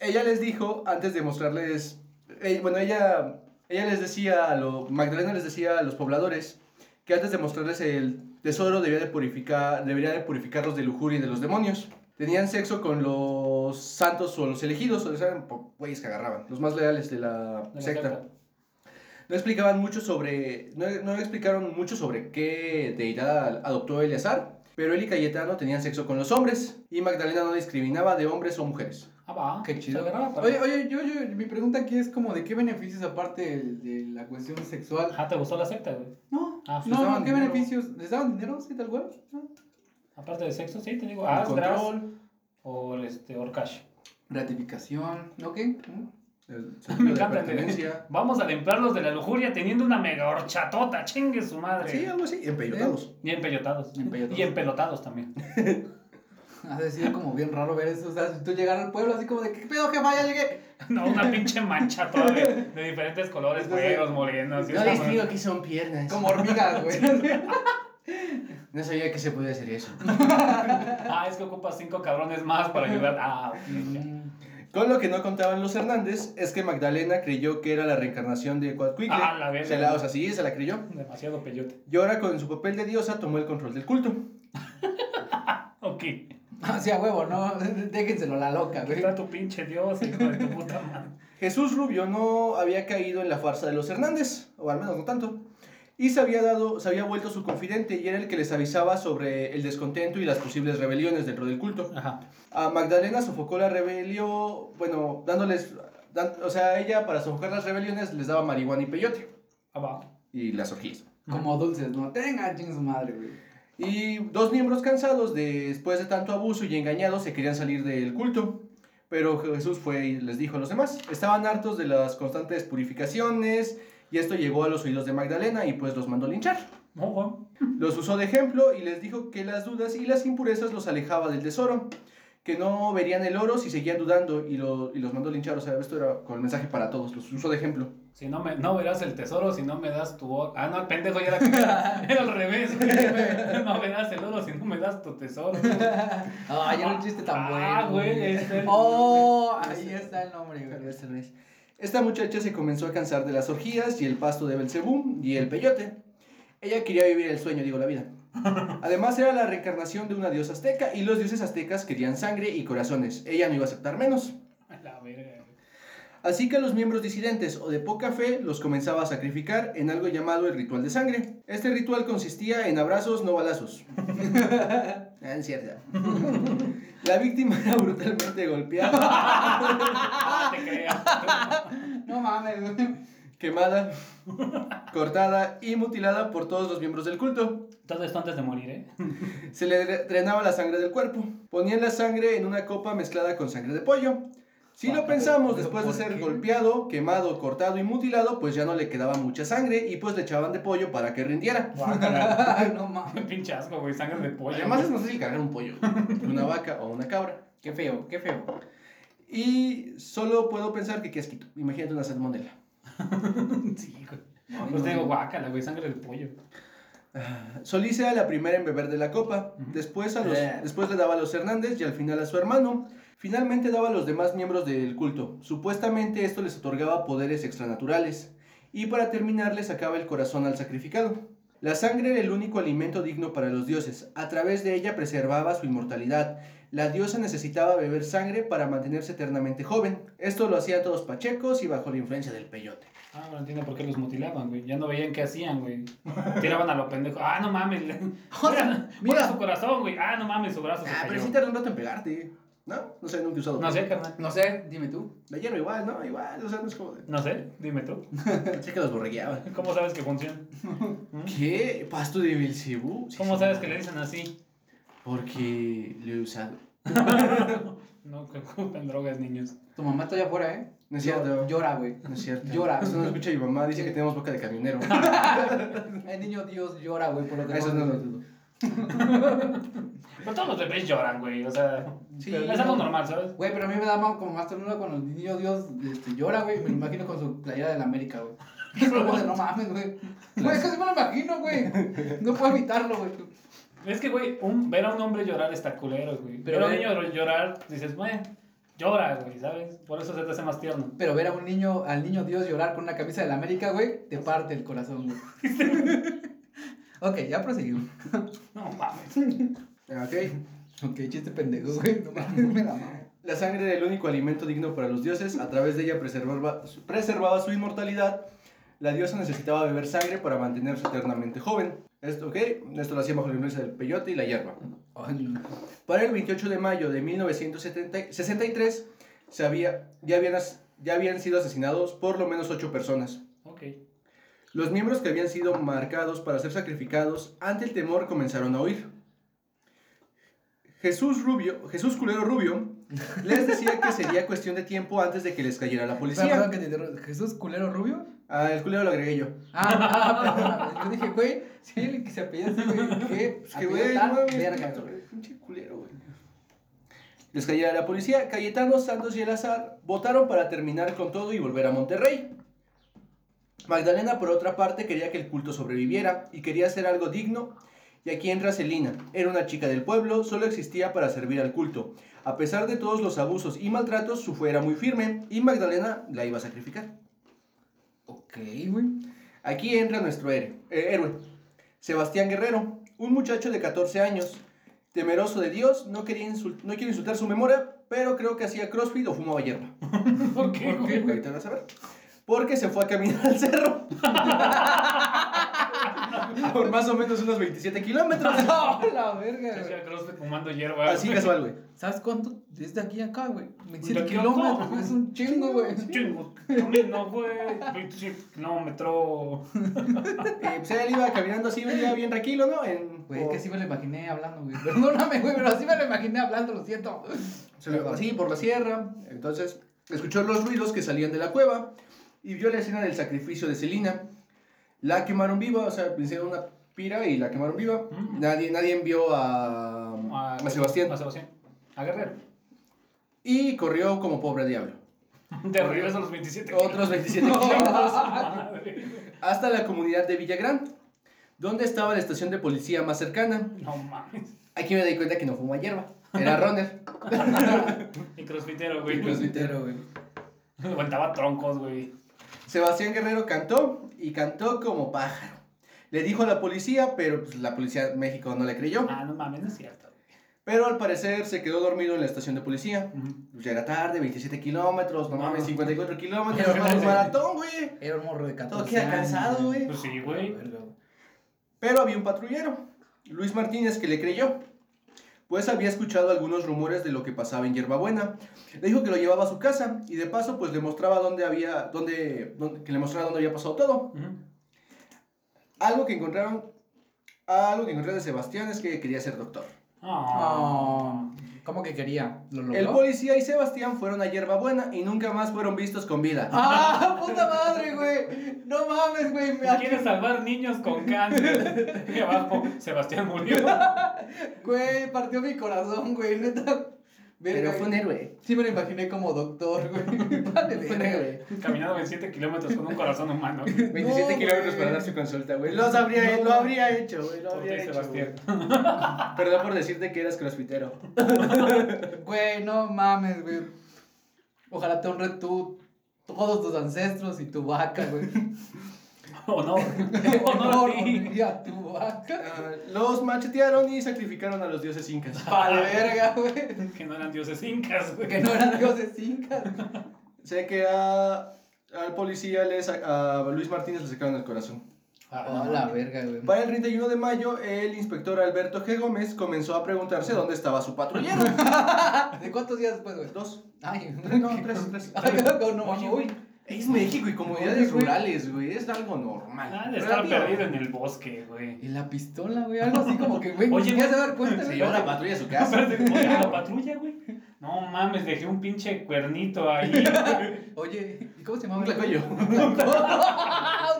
[SPEAKER 2] Ella les dijo, antes de mostrarles, eh, bueno, ella, ella les decía, a lo, Magdalena les decía a los pobladores que antes de mostrarles el tesoro debía de purificar, debería de purificarlos de lujuria y de los demonios. Tenían sexo con los santos o los elegidos, o sea, eran po- güeyes que agarraban, los más leales de la,
[SPEAKER 3] De la
[SPEAKER 2] secta.
[SPEAKER 3] secta.
[SPEAKER 2] No explicaban mucho sobre, no, no explicaron mucho sobre qué deidad adoptó Eleazar, pero él y Cayetano tenían sexo con los hombres y Magdalena no discriminaba de hombres o mujeres.
[SPEAKER 3] Ah, va.
[SPEAKER 4] Qué chido.
[SPEAKER 3] Se agarraba para-
[SPEAKER 4] Oye, oye, yo, yo, mi pregunta aquí es como de qué beneficios aparte de, de la cuestión sexual.
[SPEAKER 3] Ajá, ¿te gustó la secta, güey?
[SPEAKER 4] No,
[SPEAKER 3] Ah,
[SPEAKER 4] no,
[SPEAKER 2] les
[SPEAKER 4] no,
[SPEAKER 2] daban
[SPEAKER 4] ¿qué
[SPEAKER 2] dinero.
[SPEAKER 4] beneficios? ¿Les daban dinero? ¿Sí, tal cual? No.
[SPEAKER 3] Aparte de sexo, sí, te digo. Ah, control.
[SPEAKER 2] control,
[SPEAKER 3] O este, Orcash.
[SPEAKER 4] Gratificación, ¿ok? mm.
[SPEAKER 2] el
[SPEAKER 3] Me
[SPEAKER 2] sentido de
[SPEAKER 3] encanta.
[SPEAKER 2] pertenencia.
[SPEAKER 3] Vamos a limpiarlos de la lujuria teniendo una mega horchatota. Chingue su madre.
[SPEAKER 2] Sí, algo así, empeyotados.
[SPEAKER 3] Y empelotados.
[SPEAKER 4] Empelotados.
[SPEAKER 3] Y empelotados también.
[SPEAKER 4] Ha de ser como bien raro ver eso. O sea, si tú llegar al pueblo así como de, ¿qué pedo, jefa? Ya llegué.
[SPEAKER 3] No, una pinche mancha toda de, de diferentes colores, güeros, morenos. y esa madre.
[SPEAKER 2] que son piernas.
[SPEAKER 4] Como hormigas, güey.
[SPEAKER 2] No sabía que se podía hacer eso.
[SPEAKER 3] Ah, es que ocupas cinco cabrones más para ayudar. Ah, ok, ya.
[SPEAKER 4] Mm.
[SPEAKER 2] Con lo que no contaban los Hernández es que Magdalena creyó que era la reencarnación de Coatcuicle.
[SPEAKER 3] Ah, la verga.
[SPEAKER 2] Se la, o sea, sí, se la creyó.
[SPEAKER 3] demasiado peyote.
[SPEAKER 2] Y ahora con su papel de diosa tomó el control del culto.
[SPEAKER 3] Ok.
[SPEAKER 4] Así a huevo, ¿no? Déjenselo a la loca,
[SPEAKER 3] Aquí
[SPEAKER 4] güey.
[SPEAKER 3] está tu pinche Dios, hijo de tu puta madre.
[SPEAKER 2] Jesús Rubio no había caído en la farsa de los Hernández, o al menos no tanto, y se había, dado, se había vuelto su confidente y era el que les avisaba sobre el descontento y las posibles rebeliones dentro del culto.
[SPEAKER 3] Ajá.
[SPEAKER 2] A Magdalena sofocó la rebelión, bueno, dándoles, dan- o sea, ella para sofocar las rebeliones les daba marihuana y peyote.
[SPEAKER 3] abajo.
[SPEAKER 2] y las orgías.
[SPEAKER 4] Como dulces, ¿no? Tenga, chingue su madre, güey.
[SPEAKER 2] Y dos miembros cansados de- después de tanto abuso y engañados se querían salir del culto. Pero Jesús fue y les dijo a los demás. Estaban hartos de las constantes purificaciones y esto llegó a los oídos de Magdalena y pues los mandó linchar.
[SPEAKER 3] Ojo.
[SPEAKER 2] Los usó de ejemplo y les dijo que las dudas y las impurezas los alejaba del tesoro, que no verían el oro si seguían dudando y, lo- y los mandó linchar. O sea, esto era con el mensaje para todos, los usó de ejemplo.
[SPEAKER 3] Si no me no verás el tesoro, si no me das tu oro. Ah, no, pendejo, ya era, era al revés. güey. No verás el oro si no me das tu tesoro.
[SPEAKER 4] Ay, era un chiste tan bueno.
[SPEAKER 3] Ah, güey, este-
[SPEAKER 4] Oh, ahí está el nombre,
[SPEAKER 2] Tal
[SPEAKER 4] güey.
[SPEAKER 2] vez, tal vez. Esta muchacha se comenzó a cansar de las orgías y el pasto de Belcebú y el peyote. Ella quería vivir el sueño, digo, la vida. Además, era la reencarnación de una diosa azteca y los dioses aztecas querían sangre y corazones. Ella no iba a aceptar menos.
[SPEAKER 3] A la verga. güey.
[SPEAKER 2] Así que a los miembros disidentes o de poca fe los comenzaba a sacrificar en algo llamado el ritual de sangre. Este ritual consistía en abrazos, no balazos. Ah, es cierto. La víctima era brutalmente golpeada,
[SPEAKER 3] Ah, te creas.
[SPEAKER 4] No mames, güey.
[SPEAKER 2] quemada, cortada y mutilada por todos los miembros del culto.
[SPEAKER 3] Todo esto antes de morir, ¿eh?
[SPEAKER 2] Se le dre- drenaba la sangre del cuerpo. Ponían la sangre en una copa mezclada con sangre de pollo. Si lo
[SPEAKER 4] Guácala,
[SPEAKER 2] pensamos,
[SPEAKER 4] ¿pero
[SPEAKER 2] después de
[SPEAKER 4] por
[SPEAKER 2] ser
[SPEAKER 4] qué?
[SPEAKER 2] golpeado, quemado, cortado y mutilado, pues ya no le quedaba mucha sangre y pues le echaban de pollo para que rindiera.
[SPEAKER 3] Guácala.
[SPEAKER 4] No mames.
[SPEAKER 3] Pinche asco, güey, sangre de pollo.
[SPEAKER 2] Además
[SPEAKER 3] güey.
[SPEAKER 2] es más fácil cargar un pollo que una vaca o una cabra.
[SPEAKER 4] Qué feo, qué feo.
[SPEAKER 2] Y solo puedo pensar que qué asquito. Imagínate una salmonela.
[SPEAKER 3] Sí, güey.
[SPEAKER 2] Ay, no.
[SPEAKER 3] Pues te digo, guácala, güey, sangre de pollo.
[SPEAKER 2] Solís era la primera en beber de la copa, después, a los,
[SPEAKER 4] Eh.
[SPEAKER 2] después le daba a los Hernández y al final a su hermano. Finalmente daba a los demás miembros del culto. Supuestamente esto les otorgaba poderes extranaturales. Y para terminar le sacaba el corazón al sacrificado. La sangre era el único alimento digno para los dioses. A través de ella preservaba su inmortalidad. La diosa necesitaba beber sangre para mantenerse eternamente joven. Esto lo hacían todos pachecos y bajo la influencia del peyote.
[SPEAKER 3] Ah, no entiendo por qué los mutilaban, güey. Ya no veían qué hacían, güey. Tiraban a los pendejos. Ah, no mames. le- Mira, mira su corazón, güey. Ah, no mames, su brazo se
[SPEAKER 2] Ah, pero
[SPEAKER 3] cayó.
[SPEAKER 2] sí tarda un rato en pegarte. ¿No? No sé, nunca he usado.
[SPEAKER 3] No sé, carnal.
[SPEAKER 4] No sé, dime tú.
[SPEAKER 2] La hierba igual, ¿no? Igual, o sea, no es como de... "Ah,
[SPEAKER 3] No sé, dime tú.
[SPEAKER 2] Pensé que los borregueaban.
[SPEAKER 3] ¿Cómo sabes que funciona?
[SPEAKER 2] ¿Qué? ¿Pasto de Belcebú? Sí,
[SPEAKER 3] ¿Cómo
[SPEAKER 2] sí.
[SPEAKER 3] sabes que le dicen así?
[SPEAKER 2] Porque lo he usado.
[SPEAKER 3] No, que ocupen drogas, niños.
[SPEAKER 4] Tu mamá está allá afuera, ¿eh?
[SPEAKER 2] No es cierto.
[SPEAKER 4] Llora, güey.
[SPEAKER 2] No es cierto.
[SPEAKER 4] Llora.
[SPEAKER 2] Eso no lo escucha mi mamá, dice que tenemos boca de camionero.
[SPEAKER 4] El niño Dios llora, güey, por lo que
[SPEAKER 2] Eso no lo dudo.
[SPEAKER 3] Pero todos los bebés lloran, güey. O sea,
[SPEAKER 4] Sí,
[SPEAKER 3] es algo
[SPEAKER 4] no.
[SPEAKER 3] normal, ¿sabes?
[SPEAKER 4] Güey, pero a mí me da más, como más ternura cuando el niño Dios este, llora, güey. Me lo imagino con su playera de la América, güey. Es como de no mames, güey. Güey, casi me lo imagino, güey. No puedo evitarlo, güey.
[SPEAKER 3] Es que, güey, un- ver a un hombre llorar está culero, güey.
[SPEAKER 4] Pero
[SPEAKER 3] Pero un
[SPEAKER 4] ver-
[SPEAKER 3] niño llorar, dices, güey, llora, güey, ¿sabes? Por eso se te hace más tierno.
[SPEAKER 4] Pero ver a un niño, al niño Dios llorar con una camisa de la América, güey, te parte el corazón, güey. ok, ya proseguimos.
[SPEAKER 3] No mames.
[SPEAKER 2] Ah, Ok.
[SPEAKER 4] Ok, chiste pendejo, güey. No mames, me la mamo.
[SPEAKER 2] La sangre era el único alimento digno para los dioses. A través de ella preservaba, preservaba su inmortalidad. La diosa necesitaba beber sangre para mantenerse eternamente joven. Esto, ok. Esto lo hacía bajo la influencia del peyote y la hierba.
[SPEAKER 4] Ay, no.
[SPEAKER 2] Para el 28 de mayo de 1963 se había, ya, habían, as- ya habían sido asesinados por lo menos ocho personas.
[SPEAKER 3] Ok.
[SPEAKER 2] Los miembros que habían sido marcados para ser sacrificados ante el temor comenzaron a huir. Jesús Rubio, Jesús Culero Rubio, les decía que sería cuestión de tiempo antes de que les cayera la
[SPEAKER 4] Espera, perdón
[SPEAKER 2] policía.
[SPEAKER 4] que te interrumpa. ¿Jesús culero rubio?
[SPEAKER 2] Ah, el culero lo agregué yo.
[SPEAKER 4] Ah, perdón. Yo dije, güey, si hay que se apellida así, güey, ¿qué?
[SPEAKER 2] Es pues, que, güey,
[SPEAKER 4] Apellido
[SPEAKER 2] no
[SPEAKER 4] tal,
[SPEAKER 2] mames,
[SPEAKER 4] verga,
[SPEAKER 2] puto,
[SPEAKER 4] güey.
[SPEAKER 2] güey, pinche culero, güey. Les cayera la policía. Cayetano, Santos y El Azar votaron para terminar con todo y volver a Monterrey. Magdalena, por otra parte, quería que el culto sobreviviera y quería hacer algo digno. Y aquí entra Celina. Era una chica del pueblo, solo existía para servir al culto. A pesar de todos los abusos y maltratos, su fe era muy firme y Magdalena la iba a sacrificar.
[SPEAKER 4] Ok, güey.
[SPEAKER 2] Aquí entra nuestro héroe, eh, héroe, Sebastián Guerrero, un muchacho de 14 años, temeroso de Dios, no, quería insul- no quiere insultar su memoria, pero creo que hacía crossfit o fumaba hierba.
[SPEAKER 3] ¿Por qué,
[SPEAKER 4] ¿Por qué,
[SPEAKER 3] güey?
[SPEAKER 2] Ahorita vas a ver. Porque se fue a caminar al cerro. Por más o menos unos 27 kilómetros.
[SPEAKER 1] ¡No, la verga, güey!
[SPEAKER 3] Hacía crossfit fumando hierba.
[SPEAKER 2] Así
[SPEAKER 3] güey.
[SPEAKER 2] casual, güey.
[SPEAKER 1] ¿Sabes cuánto? Es de aquí a acá, güey. 27
[SPEAKER 3] aquí a
[SPEAKER 1] kilómetros,
[SPEAKER 3] acá?
[SPEAKER 1] güey, es un chingo, güey.
[SPEAKER 3] Chingo, camino, güey. 25 kilómetros.
[SPEAKER 2] Eh, pues él iba caminando así, venía bien tranquilo, ¿no? En,
[SPEAKER 1] Güey, es que así me lo imaginé hablando, güey. Perdóname, güey, pero así me lo imaginé hablando, lo siento.
[SPEAKER 2] Se lo así por la sierra. Entonces, escuchó los ruidos que salían de la cueva y vio la escena del sacrificio de Selina. La quemaron viva, o sea, hicieron una pira y la quemaron viva.
[SPEAKER 3] Mm.
[SPEAKER 2] Nadie, nadie envió a, a, Sebastián.
[SPEAKER 3] A Sebastián. A Guerrero.
[SPEAKER 2] Y corrió como pobre diablo.
[SPEAKER 3] De regreso a los 27
[SPEAKER 2] Otros 27 kilómetros
[SPEAKER 3] kilómetros.
[SPEAKER 2] hasta la comunidad de Villagrán, donde estaba la estación de policía más cercana.
[SPEAKER 3] No mames.
[SPEAKER 2] Aquí me di cuenta que no fuma hierba, era runner.
[SPEAKER 3] Y crossfitero,
[SPEAKER 2] Y
[SPEAKER 3] güey.
[SPEAKER 2] crossfitero.
[SPEAKER 1] güey.
[SPEAKER 3] Aguantaba troncos, güey.
[SPEAKER 2] Sebastián Guerrero cantó y cantó como pájaro. Le dijo a la policía, pero pues, la policía de México no le creyó.
[SPEAKER 3] Ah, no mames, no es cierto.
[SPEAKER 2] Pero al parecer se quedó dormido en la estación de policía.
[SPEAKER 3] Ujú.
[SPEAKER 2] Ya era tarde, 27 kilómetros, no mames, 54 kilómetros,
[SPEAKER 3] Pero
[SPEAKER 2] vamos
[SPEAKER 3] no sé.
[SPEAKER 2] maratón, güey.
[SPEAKER 1] Era un morro de 14
[SPEAKER 2] Todo queda cansado, güey.
[SPEAKER 3] Pues sí, güey.
[SPEAKER 1] Verga, güey.
[SPEAKER 2] Pero había un patrullero, Luis Martínez, que le creyó. Pues había escuchado algunos rumores de lo que pasaba en Hierbabuena. Le dijo que lo llevaba a su casa y de paso pues le mostraba dónde había, dónde, dónde- que le mostraba dónde había pasado todo.
[SPEAKER 3] Ujú.
[SPEAKER 2] Algo que encontraron, algo que encontré de Sebastián es que quería ser doctor.
[SPEAKER 3] Ah.
[SPEAKER 1] Oh, ¿Cómo que quería? ¿Lo logró?
[SPEAKER 2] El policía y Sebastián fueron a Hierbabuena y nunca más fueron vistos con vida.
[SPEAKER 1] ¡Ah, puta madre, güey! ¡No mames, güey! Me-
[SPEAKER 3] Si quieres salvar niños con cáncer. Y abajo, Sebastián murió.
[SPEAKER 1] Güey, partió mi corazón, güey, neta.
[SPEAKER 2] Pero
[SPEAKER 1] Verga,
[SPEAKER 2] fue un héroe.
[SPEAKER 1] Sí me lo imaginé como doctor, güey. Vale,
[SPEAKER 2] Fue un
[SPEAKER 1] verga.
[SPEAKER 2] héroe.
[SPEAKER 3] Caminando 27 kilómetros con un corazón humano.
[SPEAKER 2] 27
[SPEAKER 1] No,
[SPEAKER 2] kilómetros
[SPEAKER 1] güey.
[SPEAKER 2] para dar su consulta, güey. Los habría,
[SPEAKER 1] No,
[SPEAKER 2] lo habría hecho, güey. Lo
[SPEAKER 3] Por
[SPEAKER 2] habría
[SPEAKER 3] ti,
[SPEAKER 2] hecho.
[SPEAKER 3] Sebastián.
[SPEAKER 2] güey. Perdón por decirte que eras crossfitero.
[SPEAKER 1] Güey, no mames, güey. Ojalá te honre tú, todos tus ancestros y tu vaca, güey.
[SPEAKER 3] Honor. Honor a ti.
[SPEAKER 1] y a tu vaca.
[SPEAKER 2] Ah, los machetearon y sacrificaron a los dioses incas.
[SPEAKER 1] Vale, verga, güey.
[SPEAKER 3] Que no eran dioses incas, güey.
[SPEAKER 1] Que no eran dioses incas.
[SPEAKER 2] Sé que a, al policía les, a Luis Martínez le sacaron el corazón.
[SPEAKER 3] Ah, no,
[SPEAKER 1] Oh, la verga, güey.
[SPEAKER 2] Para el 31 de mayo, el inspector Alberto G. Gómez comenzó a preguntarse dónde estaba su patrullero.
[SPEAKER 1] ¿De cuántos días después, güey?
[SPEAKER 2] Dos.
[SPEAKER 1] Ay,
[SPEAKER 2] Tres, no, tres, tres.
[SPEAKER 1] Ay, no, no,
[SPEAKER 3] Oye,
[SPEAKER 1] no,
[SPEAKER 3] güey.
[SPEAKER 1] uy.
[SPEAKER 2] Es México y comunidades rurales, güey. Es algo normal.
[SPEAKER 3] Ah, de estar
[SPEAKER 2] Rápido.
[SPEAKER 3] perdido en el bosque, güey.
[SPEAKER 1] Y la pistola, güey, algo así como que, güey,
[SPEAKER 3] Oye,
[SPEAKER 1] Oye, ya se
[SPEAKER 3] güey.
[SPEAKER 1] va a dar cuenta,
[SPEAKER 2] Se
[SPEAKER 1] güey.
[SPEAKER 2] llevó la patrulla a su casa.
[SPEAKER 3] Aparte, oye, la patrulla, güey. No mames, dejé un pinche cuernito ahí. güey.
[SPEAKER 1] Oye, ¿y cómo se llamaba? Ah,
[SPEAKER 2] Un tlacoyo.
[SPEAKER 1] Un tlacoyo. Un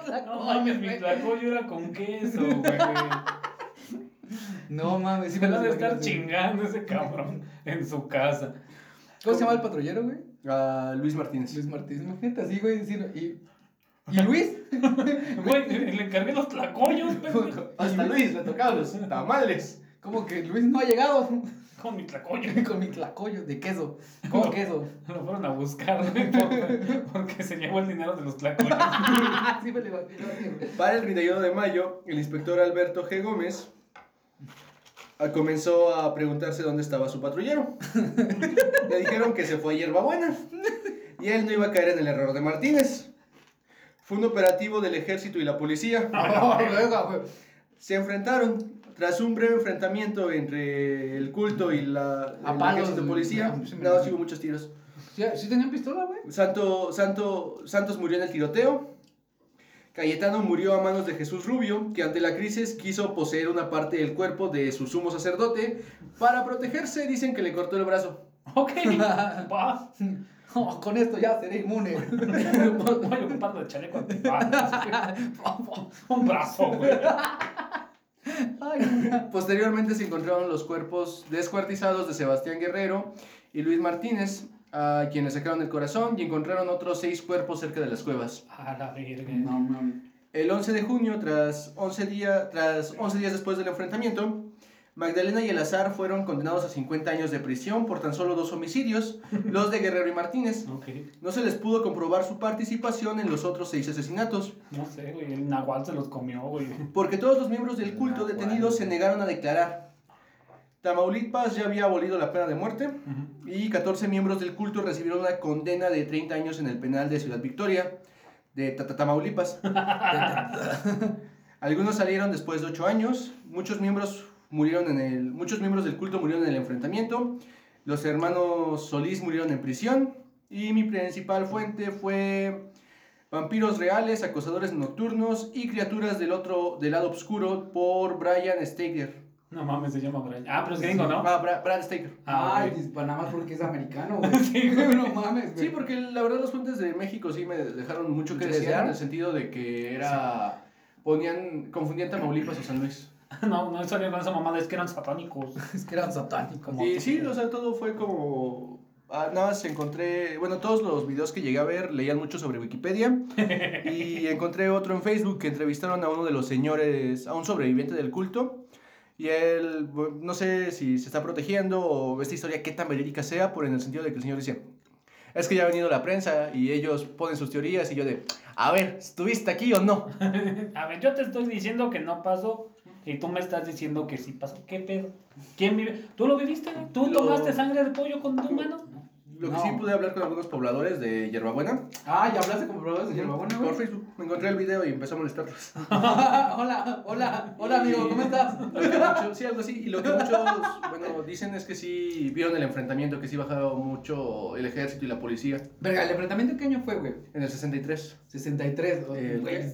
[SPEAKER 1] tlacoyo,
[SPEAKER 3] No mames, mi
[SPEAKER 1] güey.
[SPEAKER 3] tlacoyo era con queso, güey.
[SPEAKER 1] No mames, sí
[SPEAKER 3] Se
[SPEAKER 1] me
[SPEAKER 3] lo ha
[SPEAKER 1] lo
[SPEAKER 3] de estar
[SPEAKER 1] imagino, sí.
[SPEAKER 3] chingando ese cabrón en su casa.
[SPEAKER 1] ¿Cómo se llama el patrullero, güey?
[SPEAKER 2] A Luis Martínez.
[SPEAKER 1] Luis Martínez, imagínate así, güey, diciendo, ¿y, ¿y Luis?
[SPEAKER 3] Güey, le encargué los tlacoyos, pendejo.
[SPEAKER 2] Hasta Luis le tocaba los tamales.
[SPEAKER 1] Como que Luis no ha llegado
[SPEAKER 3] Con mi tlacoyo.
[SPEAKER 1] con mi tlacoyo de queso, con queso.
[SPEAKER 3] Lo fueron a buscar, güey, por- porque se llevó el dinero de los tlacoyos.
[SPEAKER 1] sí me lo imagino, así, güey.
[SPEAKER 2] Para el 31 de mayo, el inspector Alberto G. Gómez ah, comenzó a preguntarse dónde estaba su patrullero. Le dijeron que se fue a Hierbabuena y él no iba a caer en el error de Martínez. Fue un operativo del ejército y la policía.
[SPEAKER 1] No, verga, güey.
[SPEAKER 2] Se enfrentaron. Tras un breve enfrentamiento entre el culto y la,
[SPEAKER 1] A
[SPEAKER 2] el
[SPEAKER 1] palos,
[SPEAKER 2] ejército
[SPEAKER 1] güey.
[SPEAKER 2] policía,
[SPEAKER 1] Sí, me
[SPEAKER 2] nada, más
[SPEAKER 1] imagino.
[SPEAKER 2] hubo muchos tiros.
[SPEAKER 1] ¿Sí, sí tenían pistola, güey?
[SPEAKER 2] Santo, Santo, Santos murió en el tiroteo. Cayetano murió a manos de Jesús Rubio, que ante la crisis quiso poseer una parte del cuerpo de su sumo sacerdote. Para protegerse, dicen que le cortó el brazo.
[SPEAKER 3] Ok, va.
[SPEAKER 1] Oh, con esto ya seré inmune.
[SPEAKER 3] Voy a ocupar de chaleco antibalas. Un brazo, güey.
[SPEAKER 1] Ay,
[SPEAKER 2] Posteriormente se encontraron los cuerpos descuartizados de Sebastián Guerrero y Luis Martínez, a quienes sacaron el corazón y encontraron otros seis cuerpos cerca de las cuevas.
[SPEAKER 3] A la verga.
[SPEAKER 1] Eh, no mames.
[SPEAKER 2] El 11 de junio, tras 11, día- tras 11 días después del enfrentamiento, Magdalena y El Azar fueron condenados a 50 años de prisión por tan solo dos homicidios, los de Guerrero y Martínez.
[SPEAKER 3] Ok,
[SPEAKER 2] No se les pudo comprobar su participación en los otros seis asesinatos,
[SPEAKER 3] no sé, güey. El nahual se los comió, güey.
[SPEAKER 2] porque todos los miembros del culto detenidos se negaron a declarar. Tamaulipas ya había abolido la pena de muerte
[SPEAKER 3] Ujú.
[SPEAKER 2] y 14 miembros del culto recibieron una condena de 30 años en el penal de Ciudad Victoria de Ta- Ta- Tamaulipas. Algunos salieron después de ocho años, muchos miembros murieron en el, muchos miembros del culto murieron en el enfrentamiento, los hermanos Solís murieron en prisión y mi principal fuente fue vampiros reales, acosadores nocturnos y criaturas del otro del lado oscuro por Brian Staker.
[SPEAKER 3] No mames, se llama Brian. Ah, pero es gringo, ¿no?
[SPEAKER 2] Ah, Bra- Brian Staker.
[SPEAKER 3] Ah,
[SPEAKER 1] Ay,
[SPEAKER 3] ok.
[SPEAKER 1] pues, nada más porque es americano, güey.
[SPEAKER 3] Sí, güey.
[SPEAKER 1] no mames, güey.
[SPEAKER 2] Sí, porque la verdad las fuentes de México sí me dejaron
[SPEAKER 1] ¿Mucho
[SPEAKER 2] mucho que
[SPEAKER 1] que
[SPEAKER 2] desear
[SPEAKER 1] desear?
[SPEAKER 2] en el sentido de que era ponían confundían Tamaulipas o San Luis.
[SPEAKER 3] No, no salieron con esa mamada, es que eran satánicos.
[SPEAKER 4] Es que eran satánicos.
[SPEAKER 2] Y Eh, sí, o sea, todo fue como ah, nada más encontré, bueno, todos los videos que llegué a ver leían mucho sobre Wikipedia y encontré otro en Facebook que entrevistaron a uno de los señores, a un sobreviviente del culto. Y él, bu- no sé si se está protegiendo o esta historia qué tan verídica sea, por en el sentido de que el señor dice, es que ya ha venido la prensa y ellos ponen sus teorías y yo de, a ver, ¿estuviste aquí o no?
[SPEAKER 3] A ver, yo te estoy diciendo que no pasó y tú me estás diciendo que sí pasó. ¿Qué pedo? ¿Quién vive? ¿Tú lo viviste? güey? ¿Tú
[SPEAKER 2] Lo-
[SPEAKER 3] tomaste sangre de pollo con tu mano?
[SPEAKER 2] Lo que
[SPEAKER 1] No.
[SPEAKER 2] sí pude hablar con algunos pobladores de Yerbabuena.
[SPEAKER 1] Ah, ya hablaste con probadores de Yerbabuena,
[SPEAKER 2] por
[SPEAKER 1] güey.
[SPEAKER 2] Facebook. Me encontré el video y empecé a molestarlos.
[SPEAKER 1] hola, hola, hola, amigo, ¿cómo estás?
[SPEAKER 2] Lo que mucho- sí, algo así. Y lo que muchos bueno, dicen es que sí vieron el enfrentamiento, que sí bajaron mucho el ejército y la policía
[SPEAKER 1] Verga, ¿el enfrentamiento qué año fue, güey?
[SPEAKER 2] en el 63.
[SPEAKER 1] 63, o-
[SPEAKER 2] Eh,
[SPEAKER 1] güey.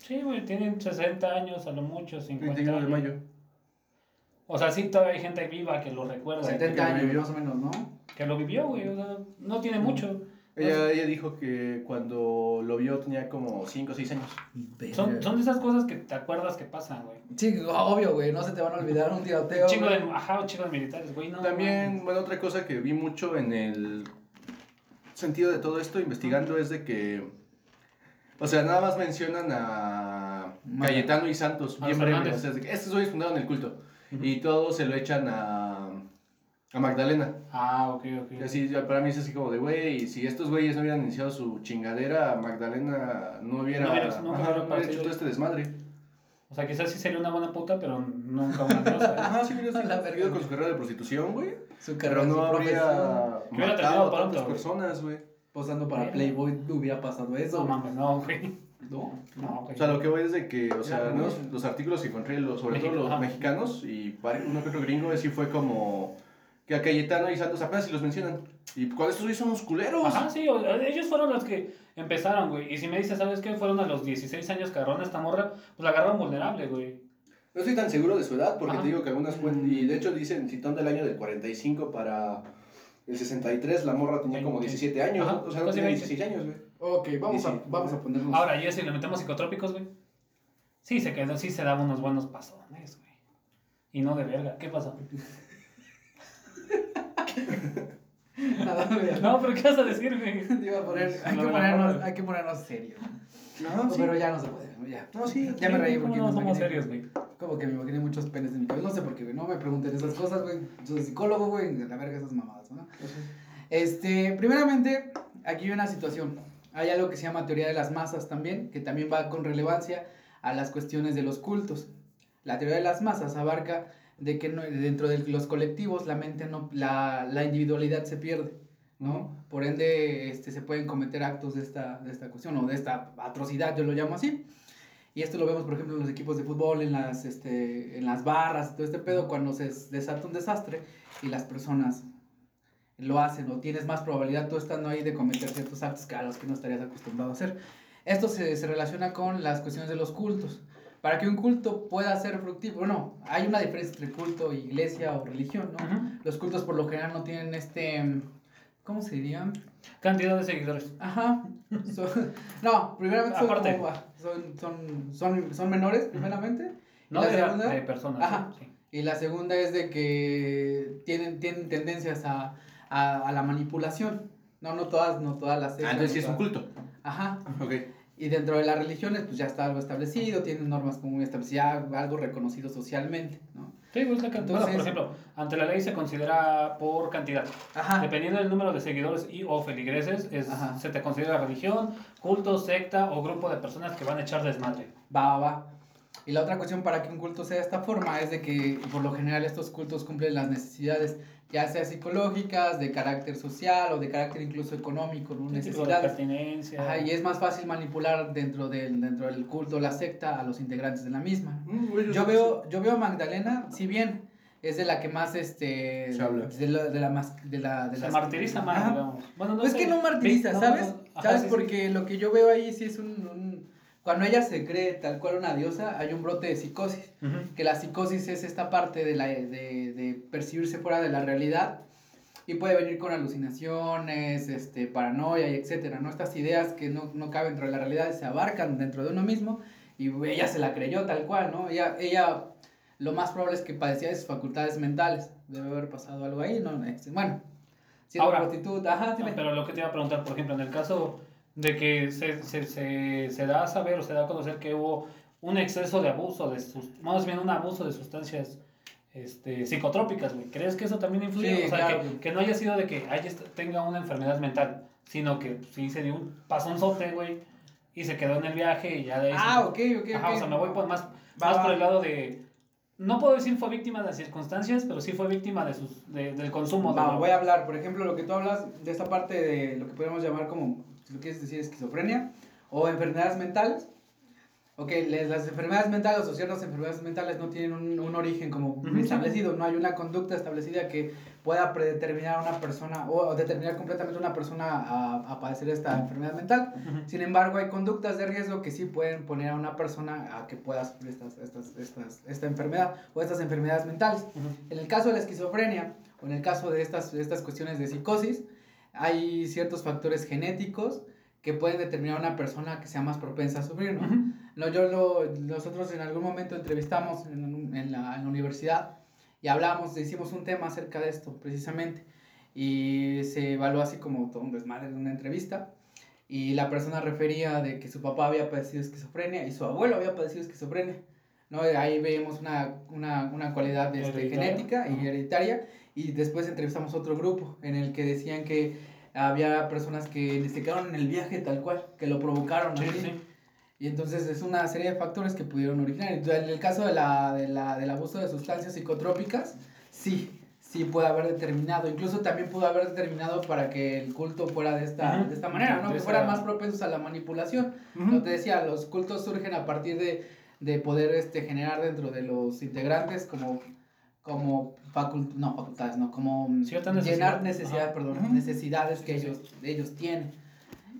[SPEAKER 3] Sí, güey, tienen 60 años a lo mucho, 50
[SPEAKER 2] 31 de
[SPEAKER 3] años.
[SPEAKER 2] mayo.
[SPEAKER 3] O sea, sí todavía hay gente viva que lo recuerda. que-
[SPEAKER 1] 70
[SPEAKER 2] que
[SPEAKER 1] años,
[SPEAKER 2] vivió.
[SPEAKER 1] más o menos, ¿no?
[SPEAKER 3] Que lo vivió, güey. O sea, no tiene mucho. Ah,
[SPEAKER 2] Ella, ella dijo que cuando lo vio tenía como 5 o 6 años.
[SPEAKER 3] Son, son de esas cosas que te acuerdas que pasan, güey.
[SPEAKER 4] Sí, obvio, güey. No se te van a olvidar un tiroteo.
[SPEAKER 3] Un chingo de,
[SPEAKER 4] güey.
[SPEAKER 3] ajá, un chingo de militares, güey. No,
[SPEAKER 2] También, bueno, otra cosa que vi mucho en el sentido de todo esto investigando es de que, o sea, nada más mencionan a
[SPEAKER 1] Mata.
[SPEAKER 2] Cayetano y Santos,
[SPEAKER 3] A
[SPEAKER 2] bien
[SPEAKER 3] los
[SPEAKER 2] breve.
[SPEAKER 3] Hernández.
[SPEAKER 2] O sea, de que estos hoy fundaron el culto
[SPEAKER 3] Ujú.
[SPEAKER 2] y todos se lo echan a, a Magdalena.
[SPEAKER 3] Ah, ok, ok.
[SPEAKER 2] Y Así, ya para mí es así como de, güey, si estos güeyes no hubieran iniciado su chingadera, Magdalena no hubiera,
[SPEAKER 3] No hubiera-
[SPEAKER 2] ajá,
[SPEAKER 3] no
[SPEAKER 2] no
[SPEAKER 3] hubiera
[SPEAKER 2] hubiera
[SPEAKER 3] partido.
[SPEAKER 2] hecho todo este desmadre.
[SPEAKER 3] O sea, quizás sí sería una buena puta, pero nunca una ¿eh? diosa.
[SPEAKER 2] Ajá, sí hubiera
[SPEAKER 4] La
[SPEAKER 2] sido
[SPEAKER 4] verga.
[SPEAKER 2] seguido con su carrera de prostitución, güey.
[SPEAKER 4] Su
[SPEAKER 2] Pero
[SPEAKER 4] carrera,
[SPEAKER 2] no
[SPEAKER 4] su profesión.
[SPEAKER 2] habría matado
[SPEAKER 3] hubiera terminado
[SPEAKER 2] a tantas
[SPEAKER 3] pronto, güey.
[SPEAKER 2] personas, güey.
[SPEAKER 1] Posando para Playboy hubiera pasado
[SPEAKER 3] No
[SPEAKER 1] eso, güey.
[SPEAKER 3] mames, no, güey.
[SPEAKER 1] ¿no?
[SPEAKER 3] No, güey.
[SPEAKER 2] O sea, lo que voy es de que, o sea,
[SPEAKER 1] Ya,
[SPEAKER 2] ¿no?
[SPEAKER 1] güey.
[SPEAKER 2] los artículos que encontré, los- sobre
[SPEAKER 3] México,
[SPEAKER 2] todo los
[SPEAKER 3] ajá.
[SPEAKER 2] mexicanos y pare- uno que otro gringo, sí fue como que a Cayetano y Santos apenas si los mencionan. Y cuando estos güeyes son unos culeros.
[SPEAKER 3] Ajá, Ah, sí, o- ellos fueron los que empezaron, güey. Y si me dices, ¿sabes qué? Fueron a los 16 años que agarraron a esta morra, pues la agarraron vulnerable, güey.
[SPEAKER 2] No estoy tan seguro de su edad, porque
[SPEAKER 3] Ajá.
[SPEAKER 2] te digo que algunas fuentes, y de hecho dicen, si son del año del 45 para el 63, la morra tenía como 17 años,
[SPEAKER 3] Ajá,
[SPEAKER 2] ¿no? o sea, no
[SPEAKER 3] casi
[SPEAKER 2] tenía
[SPEAKER 3] 20.
[SPEAKER 2] 16 años, güey.
[SPEAKER 1] Ok, vamos,
[SPEAKER 2] Y sí.
[SPEAKER 1] a, vamos a ponernos.
[SPEAKER 3] Ahora, ya si le metemos psicotrópicos, güey. Sí, se quedó, sí se daba unos buenos pasones, güey. Y no de verga, ¿qué pasó?
[SPEAKER 1] Nada, güey.
[SPEAKER 3] No, pero ¿qué vas a decir, güey?
[SPEAKER 1] Te iba a poner- hay,
[SPEAKER 3] Pues, No,
[SPEAKER 1] que
[SPEAKER 3] no,
[SPEAKER 1] ponernos,
[SPEAKER 3] no.
[SPEAKER 1] hay que ponernos serios.
[SPEAKER 2] No,
[SPEAKER 1] Pero ya no se puede, ya.
[SPEAKER 2] No, sí.
[SPEAKER 1] Ya me reí porque
[SPEAKER 3] no
[SPEAKER 1] me
[SPEAKER 3] somos
[SPEAKER 1] imaginé-
[SPEAKER 3] serios, güey.
[SPEAKER 1] Como que me imaginé muchos penes en mi cabeza. No sé por qué, güey. No me pregunten esas cosas, güey. Soy psicólogo, güey. de La verga esas mamadas, ¿no?
[SPEAKER 3] Pues
[SPEAKER 1] Este, primeramente, aquí hay una situación. Hay algo que se llama teoría de las masas también, que también va con relevancia a las cuestiones de los cultos. La teoría de las masas abarca de que no- dentro de los colectivos la mente no, la, la individualidad se pierde, ¿no? Por ende, este, se pueden cometer actos de esta, de esta cuestión o de esta atrocidad, yo lo llamo así. Y esto lo vemos, por ejemplo, en los equipos de fútbol, en las, este, en las barras, todo este pedo, cuando se s- desata un desastre y las personas lo hacen o tienes más probabilidad tú estando ahí de cometer ciertos actos que a los que no estarías acostumbrado a hacer. Esto se, se relaciona con las cuestiones de los cultos. Para que un culto pueda ser fructífero, bueno, hay una diferencia entre culto, iglesia o religión, ¿no?
[SPEAKER 3] Ujú.
[SPEAKER 1] Los cultos por lo general no tienen este, mm, ¿cómo se diría?
[SPEAKER 3] Cantidad de seguidores.
[SPEAKER 1] Ajá. Son- no, primeramente son,
[SPEAKER 3] Aparte.
[SPEAKER 1] como- son, son, son, son menores, primeramente.
[SPEAKER 3] No
[SPEAKER 1] ¿Y la
[SPEAKER 3] de, la-
[SPEAKER 1] segunda?
[SPEAKER 3] de personas.
[SPEAKER 1] Ajá.
[SPEAKER 3] sí.
[SPEAKER 1] Y la segunda es de que tienen, tienen tendencias a, a, a la manipulación. No, no todas, no todas las
[SPEAKER 2] Ah,
[SPEAKER 1] sectas,
[SPEAKER 2] entonces
[SPEAKER 1] no
[SPEAKER 2] sí es un
[SPEAKER 1] todas.
[SPEAKER 2] culto.
[SPEAKER 1] Ajá.
[SPEAKER 2] Ok.
[SPEAKER 1] Y dentro de las religiones, pues ya está algo establecido, tienen normas como establecidas, algo reconocido socialmente, ¿no?
[SPEAKER 3] Sí, güey, es la cantidad. Bueno, por
[SPEAKER 1] Entonces-
[SPEAKER 3] ejemplo, ante la ley se considera por cantidad.
[SPEAKER 1] Ajá.
[SPEAKER 3] Dependiendo del número de seguidores y o feligreses, es-
[SPEAKER 1] Ajá.
[SPEAKER 3] se te considera religión, culto, secta o grupo de personas que van a echar desmadre.
[SPEAKER 1] Va, va, va. Y la otra cuestión para que un culto sea de esta forma es de que por lo general estos cultos cumplen las necesidades ya sea psicológicas, de carácter social o de carácter incluso económico, ¿no? necesidades.
[SPEAKER 3] pertinencia.
[SPEAKER 1] Ajá, y es más fácil manipular dentro del, dentro del culto, la secta, a los integrantes de la misma.
[SPEAKER 2] Mm, güey,
[SPEAKER 1] Yo
[SPEAKER 2] sé-
[SPEAKER 1] veo, yo veo a Magdalena, si bien es de la que más este
[SPEAKER 2] Se habla.
[SPEAKER 1] de la de la mas- de la de
[SPEAKER 3] se
[SPEAKER 1] las-
[SPEAKER 3] martiriza más,
[SPEAKER 1] Ajá.
[SPEAKER 3] digamos. Bueno,
[SPEAKER 1] Pues
[SPEAKER 3] sé.
[SPEAKER 1] que no martiriza,
[SPEAKER 3] Ve- no,
[SPEAKER 1] ¿sabes?
[SPEAKER 3] no, ajá,
[SPEAKER 1] ¿Sabes?
[SPEAKER 3] sí, sí.
[SPEAKER 1] Porque lo que yo veo ahí sí es un, un- cuando ella se cree tal cual una diosa, hay un brote de psicosis.
[SPEAKER 3] Ujú.
[SPEAKER 1] Que la psicosis es esta parte de la de, de percibirse fuera de la realidad y puede venir con alucinaciones, este, paranoia y etcétera, ¿no? Estas ideas que no, no caben dentro de la realidad se abarcan dentro de uno mismo y ella se la creyó tal cual, ¿no? Ella, ella lo más probable es que padecía de sus facultades mentales. Debe haber pasado algo ahí, ¿no? Este, Bueno, siendo
[SPEAKER 3] Ahora-
[SPEAKER 1] prostituta, ajá,
[SPEAKER 3] No,
[SPEAKER 1] dime.
[SPEAKER 3] pero lo que te iba a preguntar, por ejemplo, en el caso de que se, se, se, se da a saber o se da a conocer que hubo un exceso de abuso, de sus- más bien un abuso de sustancias este, psicotrópicas, güey. ¿Crees que eso también influye?
[SPEAKER 1] Sí,
[SPEAKER 3] o sea,
[SPEAKER 1] claro,
[SPEAKER 3] que-
[SPEAKER 1] güey.
[SPEAKER 3] que, no haya sido de que ay, este- tenga una enfermedad mental, sino que pues, sí se dio un pasonzote, güey, y se quedó en el viaje y ya de ahí... se-
[SPEAKER 1] Ah, ok, ok,
[SPEAKER 3] Ajá,
[SPEAKER 1] ok.
[SPEAKER 3] o sea, me voy por más,
[SPEAKER 1] Va,
[SPEAKER 3] más
[SPEAKER 1] va.
[SPEAKER 3] por el lado de... No puedo decir fue víctima de las circunstancias, pero sí fue víctima de sus, de- del consumo. de
[SPEAKER 1] Va,
[SPEAKER 3] la-
[SPEAKER 1] voy a hablar, por ejemplo, lo que tú hablas de esta parte de lo que podríamos llamar como, si lo quieres decir, esquizofrenia o enfermedades mentales. Ok, les- las enfermedades mentales o ciertas enfermedades mentales no tienen un, un origen como
[SPEAKER 3] Ujú.
[SPEAKER 1] establecido, no hay una conducta establecida que pueda predeterminar a una persona o, o determinar completamente a una persona a, a padecer esta enfermedad mental.
[SPEAKER 3] Ujú.
[SPEAKER 1] Sin embargo, hay conductas de riesgo que sí pueden poner a una persona a que pueda sufrir estas, estas, estas, esta enfermedad o estas enfermedades mentales.
[SPEAKER 3] Ujú.
[SPEAKER 1] En el caso de la esquizofrenia o en el caso de estas, de estas cuestiones de psicosis, hay ciertos factores genéticos que pueden determinar a una persona que sea más propensa a sufrir, ¿no?
[SPEAKER 3] Ujú.
[SPEAKER 1] No, yo lo- nosotros en algún momento entrevistamos en, un- en la, en la universidad y hablábamos, hicimos un tema acerca de esto precisamente y se evaluó así como todo un desmadre en una entrevista y la persona refería de que su papá había padecido esquizofrenia y su abuelo había padecido esquizofrenia. ¿no? Y Ahí veíamos una, una, una cualidad este,
[SPEAKER 3] Hereditaria.
[SPEAKER 1] genética y
[SPEAKER 3] Ajá.
[SPEAKER 1] hereditaria y después entrevistamos otro grupo en el que decían que había personas que se quedaron en el viaje tal cual, que lo provocaron.
[SPEAKER 3] Sí,
[SPEAKER 1] así.
[SPEAKER 3] sí.
[SPEAKER 1] Y entonces es una serie de factores que pudieron originar. Entonces, en el caso de la, de la- del abuso de sustancias psicotrópicas, sí, sí puede haber determinado. Incluso también pudo haber determinado para que el culto fuera de esta,
[SPEAKER 3] Ujú.
[SPEAKER 1] de esta manera, ¿no?
[SPEAKER 3] De
[SPEAKER 1] Que
[SPEAKER 3] esa-
[SPEAKER 1] fueran más propensos a la manipulación. Como te decía, los cultos surgen a partir de, de poder este, generar dentro de los integrantes como como facult no, facultades, no, como mm,
[SPEAKER 3] Cierta
[SPEAKER 1] llenar
[SPEAKER 3] necesidad.
[SPEAKER 1] necesidad,
[SPEAKER 3] Ajá.
[SPEAKER 1] perdón,
[SPEAKER 2] Ujú.
[SPEAKER 1] necesidades que ellos, ellos tienen.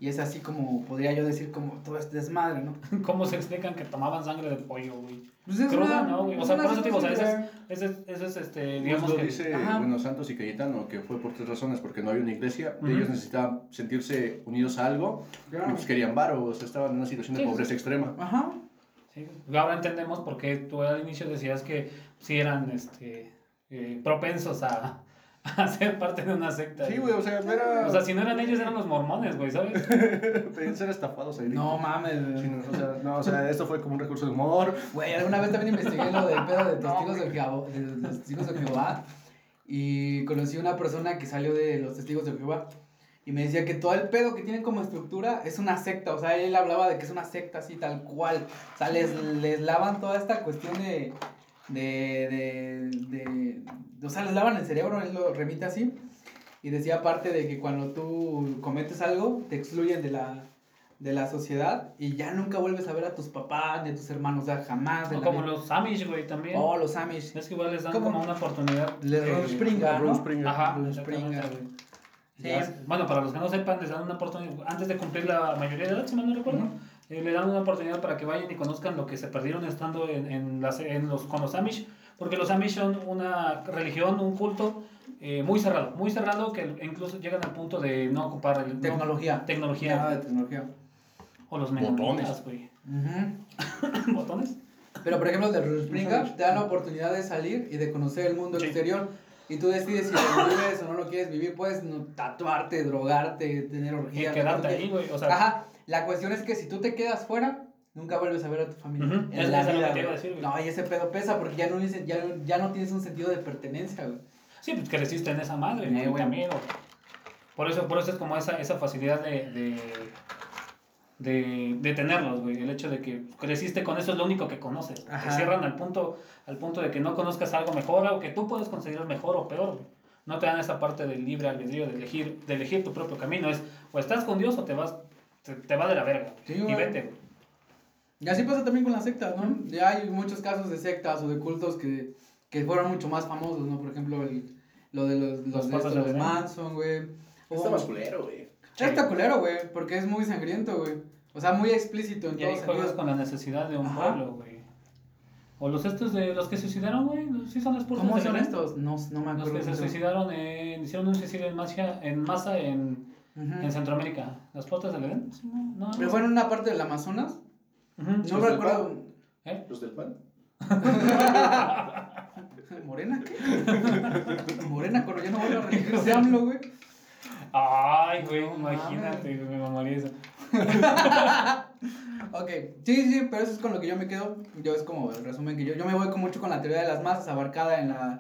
[SPEAKER 1] Y es así como podría yo decir como todo este desmadre, ¿no?
[SPEAKER 3] ¿Cómo se explican que tomaban sangre de pollo, güey?
[SPEAKER 1] Pues es
[SPEAKER 3] Cruda,
[SPEAKER 1] una-
[SPEAKER 3] ¿no, güey? O
[SPEAKER 1] es
[SPEAKER 3] sea,
[SPEAKER 1] una
[SPEAKER 3] por eso te digo, o sea,
[SPEAKER 1] situación
[SPEAKER 3] Ese es, ese es este, digamos
[SPEAKER 2] Digamos
[SPEAKER 3] que...
[SPEAKER 2] Pues dice
[SPEAKER 1] Ajá.
[SPEAKER 2] bueno, Santos y Cayetano que fue por tres razones, porque no había una iglesia,
[SPEAKER 3] Ujú.
[SPEAKER 2] ellos necesitaban sentirse unidos a algo,
[SPEAKER 1] Claro.
[SPEAKER 2] y pues querían varo, o sea, estaban en una situación de
[SPEAKER 3] Sí, sí,
[SPEAKER 2] pobreza extrema.
[SPEAKER 1] que- Ajá.
[SPEAKER 3] Sí, pues Ahora entendemos por qué tú al inicio decías que sí eran este, eh, propensos a, a ser parte de una secta.
[SPEAKER 2] Sí, güey, o sea, no era
[SPEAKER 3] O sea, si no eran ellos, eran los mormones, güey, ¿sabes?
[SPEAKER 2] podían ser estafados ahí.
[SPEAKER 1] No mames,
[SPEAKER 2] Sí,
[SPEAKER 1] güey.
[SPEAKER 2] no, o sea, no, o sea, esto fue como un recurso de humor.
[SPEAKER 1] Güey, alguna vez también investigué lo del pedo de testigos de Jehová, de los testigos de Jehová y conocí a una persona que salió de los testigos de Jehová y me decía que todo el pedo que tienen como estructura es una secta, o sea, él hablaba de que es una secta así tal cual, o sea, les, les lavan toda esta cuestión de, de, de, de- o sea, les lavan el cerebro, él lo remite así y decía aparte de que cuando tú cometes algo te excluyen de la de la sociedad y ya nunca vuelves a ver a tus papás ni a tus hermanos, o sea, jamás. de
[SPEAKER 3] O
[SPEAKER 1] la
[SPEAKER 3] como
[SPEAKER 1] vida.
[SPEAKER 3] los Amish, güey, también.
[SPEAKER 1] Oh, los Amish.
[SPEAKER 3] Es que igual les dan
[SPEAKER 1] ¿Cómo?
[SPEAKER 3] como una oportunidad.
[SPEAKER 1] Les
[SPEAKER 3] de-
[SPEAKER 1] Rose Springer,
[SPEAKER 2] Bruce
[SPEAKER 1] ¿no?
[SPEAKER 2] Springer.
[SPEAKER 3] Ajá,
[SPEAKER 1] Rose
[SPEAKER 3] exactamente,
[SPEAKER 1] Springer.
[SPEAKER 3] güey.
[SPEAKER 1] Sí.
[SPEAKER 3] Ya, Bueno, para los que no sepan, les dan una oportunidad, antes de cumplir la mayoría de edad, si mal no recuerdo,
[SPEAKER 1] Ujú.
[SPEAKER 3] eh, le dan una oportunidad para que vayan y conozcan lo que se perdieron estando en, en las- en los, con los Amish, porque los Amish son una religión, un culto eh, muy cerrado, muy cerrado que incluso llegan al punto de no ocupar el- no-
[SPEAKER 1] Tecnología.
[SPEAKER 3] tecnología
[SPEAKER 1] Ah, de tecnología.
[SPEAKER 3] o los
[SPEAKER 2] Botones.
[SPEAKER 3] menonitas, güey.
[SPEAKER 1] Ujú.
[SPEAKER 3] ¿Botones?
[SPEAKER 1] Pero por ejemplo, de Rose Springer te dan la oportunidad de salir y de conocer el mundo
[SPEAKER 3] Sí.
[SPEAKER 1] exterior. Y tú decides si lo vives o no lo quieres vivir. Puedes no, tatuarte, drogarte, tener orgías.
[SPEAKER 3] Y
[SPEAKER 1] lo que tú
[SPEAKER 3] quedarte
[SPEAKER 1] quieras.
[SPEAKER 3] ahí, güey. O sea,
[SPEAKER 1] Ajá. La cuestión es que si tú te quedas fuera, nunca vuelves a ver a tu familia.
[SPEAKER 3] Ujú.
[SPEAKER 1] En
[SPEAKER 3] Es-
[SPEAKER 1] la
[SPEAKER 3] es lo que
[SPEAKER 1] vida,
[SPEAKER 3] te iba a
[SPEAKER 1] güey.
[SPEAKER 3] decir, güey.
[SPEAKER 1] No, y ese pedo pesa porque ya no, dice- ya, no- ya no tienes un sentido de pertenencia, güey.
[SPEAKER 3] Sí, pues creciste en esa madre,
[SPEAKER 1] Sí,
[SPEAKER 3] güey,
[SPEAKER 1] güey.
[SPEAKER 3] también, güey. Por eso, por eso es como esa, esa facilidad de, de, de, de tenerlos, güey. El hecho de que creciste con eso es lo único que conoces. Te
[SPEAKER 1] Ajá.
[SPEAKER 3] cierran al punto, al punto de que no conozcas algo mejor o que tú puedes conseguir mejor o peor, güey. no te dan esa parte del libre albedrío, de elegir, de elegir tu propio camino. Es o estás con Dios o te vas, te, te va de la verga.
[SPEAKER 1] Sí,
[SPEAKER 3] y
[SPEAKER 1] güey.
[SPEAKER 3] vete, güey.
[SPEAKER 1] Y así pasa también con las sectas, ¿no? Ya hay muchos casos de sectas o de cultos que, que fueron mucho más famosos, ¿no? Por ejemplo, el, lo de los, los,
[SPEAKER 3] Los
[SPEAKER 1] de estos,
[SPEAKER 3] pasos de
[SPEAKER 1] los
[SPEAKER 3] Belén.
[SPEAKER 1] Manson, güey.
[SPEAKER 2] Está
[SPEAKER 1] Hubo-
[SPEAKER 2] más culero, güey.
[SPEAKER 1] Está culero, güey, porque es muy sangriento, güey. O sea, muy explícito en
[SPEAKER 3] Y ahí
[SPEAKER 1] todos
[SPEAKER 3] juegas
[SPEAKER 1] sentidos.
[SPEAKER 3] con la necesidad de un
[SPEAKER 1] Ajá.
[SPEAKER 3] pueblo, güey. O los estos de los que se suicidaron, güey. Sí son esposos
[SPEAKER 1] ¿Cómo
[SPEAKER 3] de
[SPEAKER 1] son
[SPEAKER 3] Belén.
[SPEAKER 1] estos? No, no me
[SPEAKER 3] Los
[SPEAKER 1] acuerdo.
[SPEAKER 3] que se
[SPEAKER 1] mucho.
[SPEAKER 3] suicidaron, en, hicieron un suicidio en masa en, masa en,
[SPEAKER 1] Ujú.
[SPEAKER 3] en Centroamérica. ¿Las puertas del Edén? Sí, No, no.
[SPEAKER 1] Pero fue en una parte del Amazonas.
[SPEAKER 3] Ujú.
[SPEAKER 1] No
[SPEAKER 2] Los del
[SPEAKER 1] recuerdo.
[SPEAKER 2] Los del pan.
[SPEAKER 1] ¿Morena qué? Morena, cuando ya no vuelve a repetirse AMLO, güey.
[SPEAKER 3] Ay, güey,
[SPEAKER 1] No
[SPEAKER 3] imagínate, güey, me mamaría eso.
[SPEAKER 1] Ok, sí, sí, pero eso es con lo que yo me quedo. Yo es como el resumen que yo. Yo me voy con mucho con la teoría de las masas abarcada en la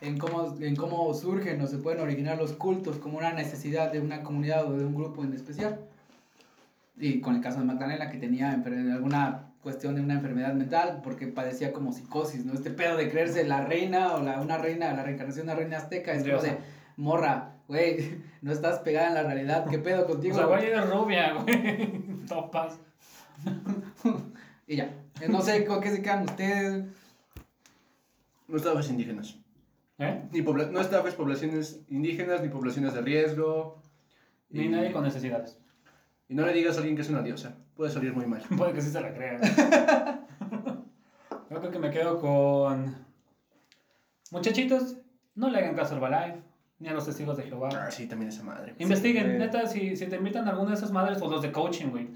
[SPEAKER 1] en cómo, en cómo surgen o se pueden originar los cultos como una necesidad de una comunidad o de un grupo en especial. Y con el caso de Magdalena que tenía enfer- alguna cuestión de una enfermedad mental porque padecía como psicosis, ¿no? Este pedo de creerse la reina o la, una reina, la reencarnación de una reina azteca, es como
[SPEAKER 3] Diosa.
[SPEAKER 1] de morra, güey, no estás pegada en la realidad, ¿qué pedo
[SPEAKER 3] o
[SPEAKER 1] contigo?
[SPEAKER 3] sea, güey, eres rubia, güey. Topas.
[SPEAKER 1] Y ya, no sé con qué se quedan ustedes.
[SPEAKER 2] No estabas indígenas.
[SPEAKER 3] ¿Eh?
[SPEAKER 2] Ni pobla- no estabas poblaciones indígenas, ni poblaciones de riesgo.
[SPEAKER 3] Ni nadie con necesidades.
[SPEAKER 2] Y no le digas a alguien que es una diosa. Puede salir muy mal.
[SPEAKER 3] Puede que sí se la crea. Yo creo que me quedo con. Muchachitos, no le hagan caso a Herbalife, ni a los testigos de Jehová.
[SPEAKER 2] Ah, sí, también esa madre.
[SPEAKER 1] Em,
[SPEAKER 3] Investiguen,
[SPEAKER 1] güey.
[SPEAKER 3] neta, si, si te invitan a alguna de esas madres o los de coaching, güey.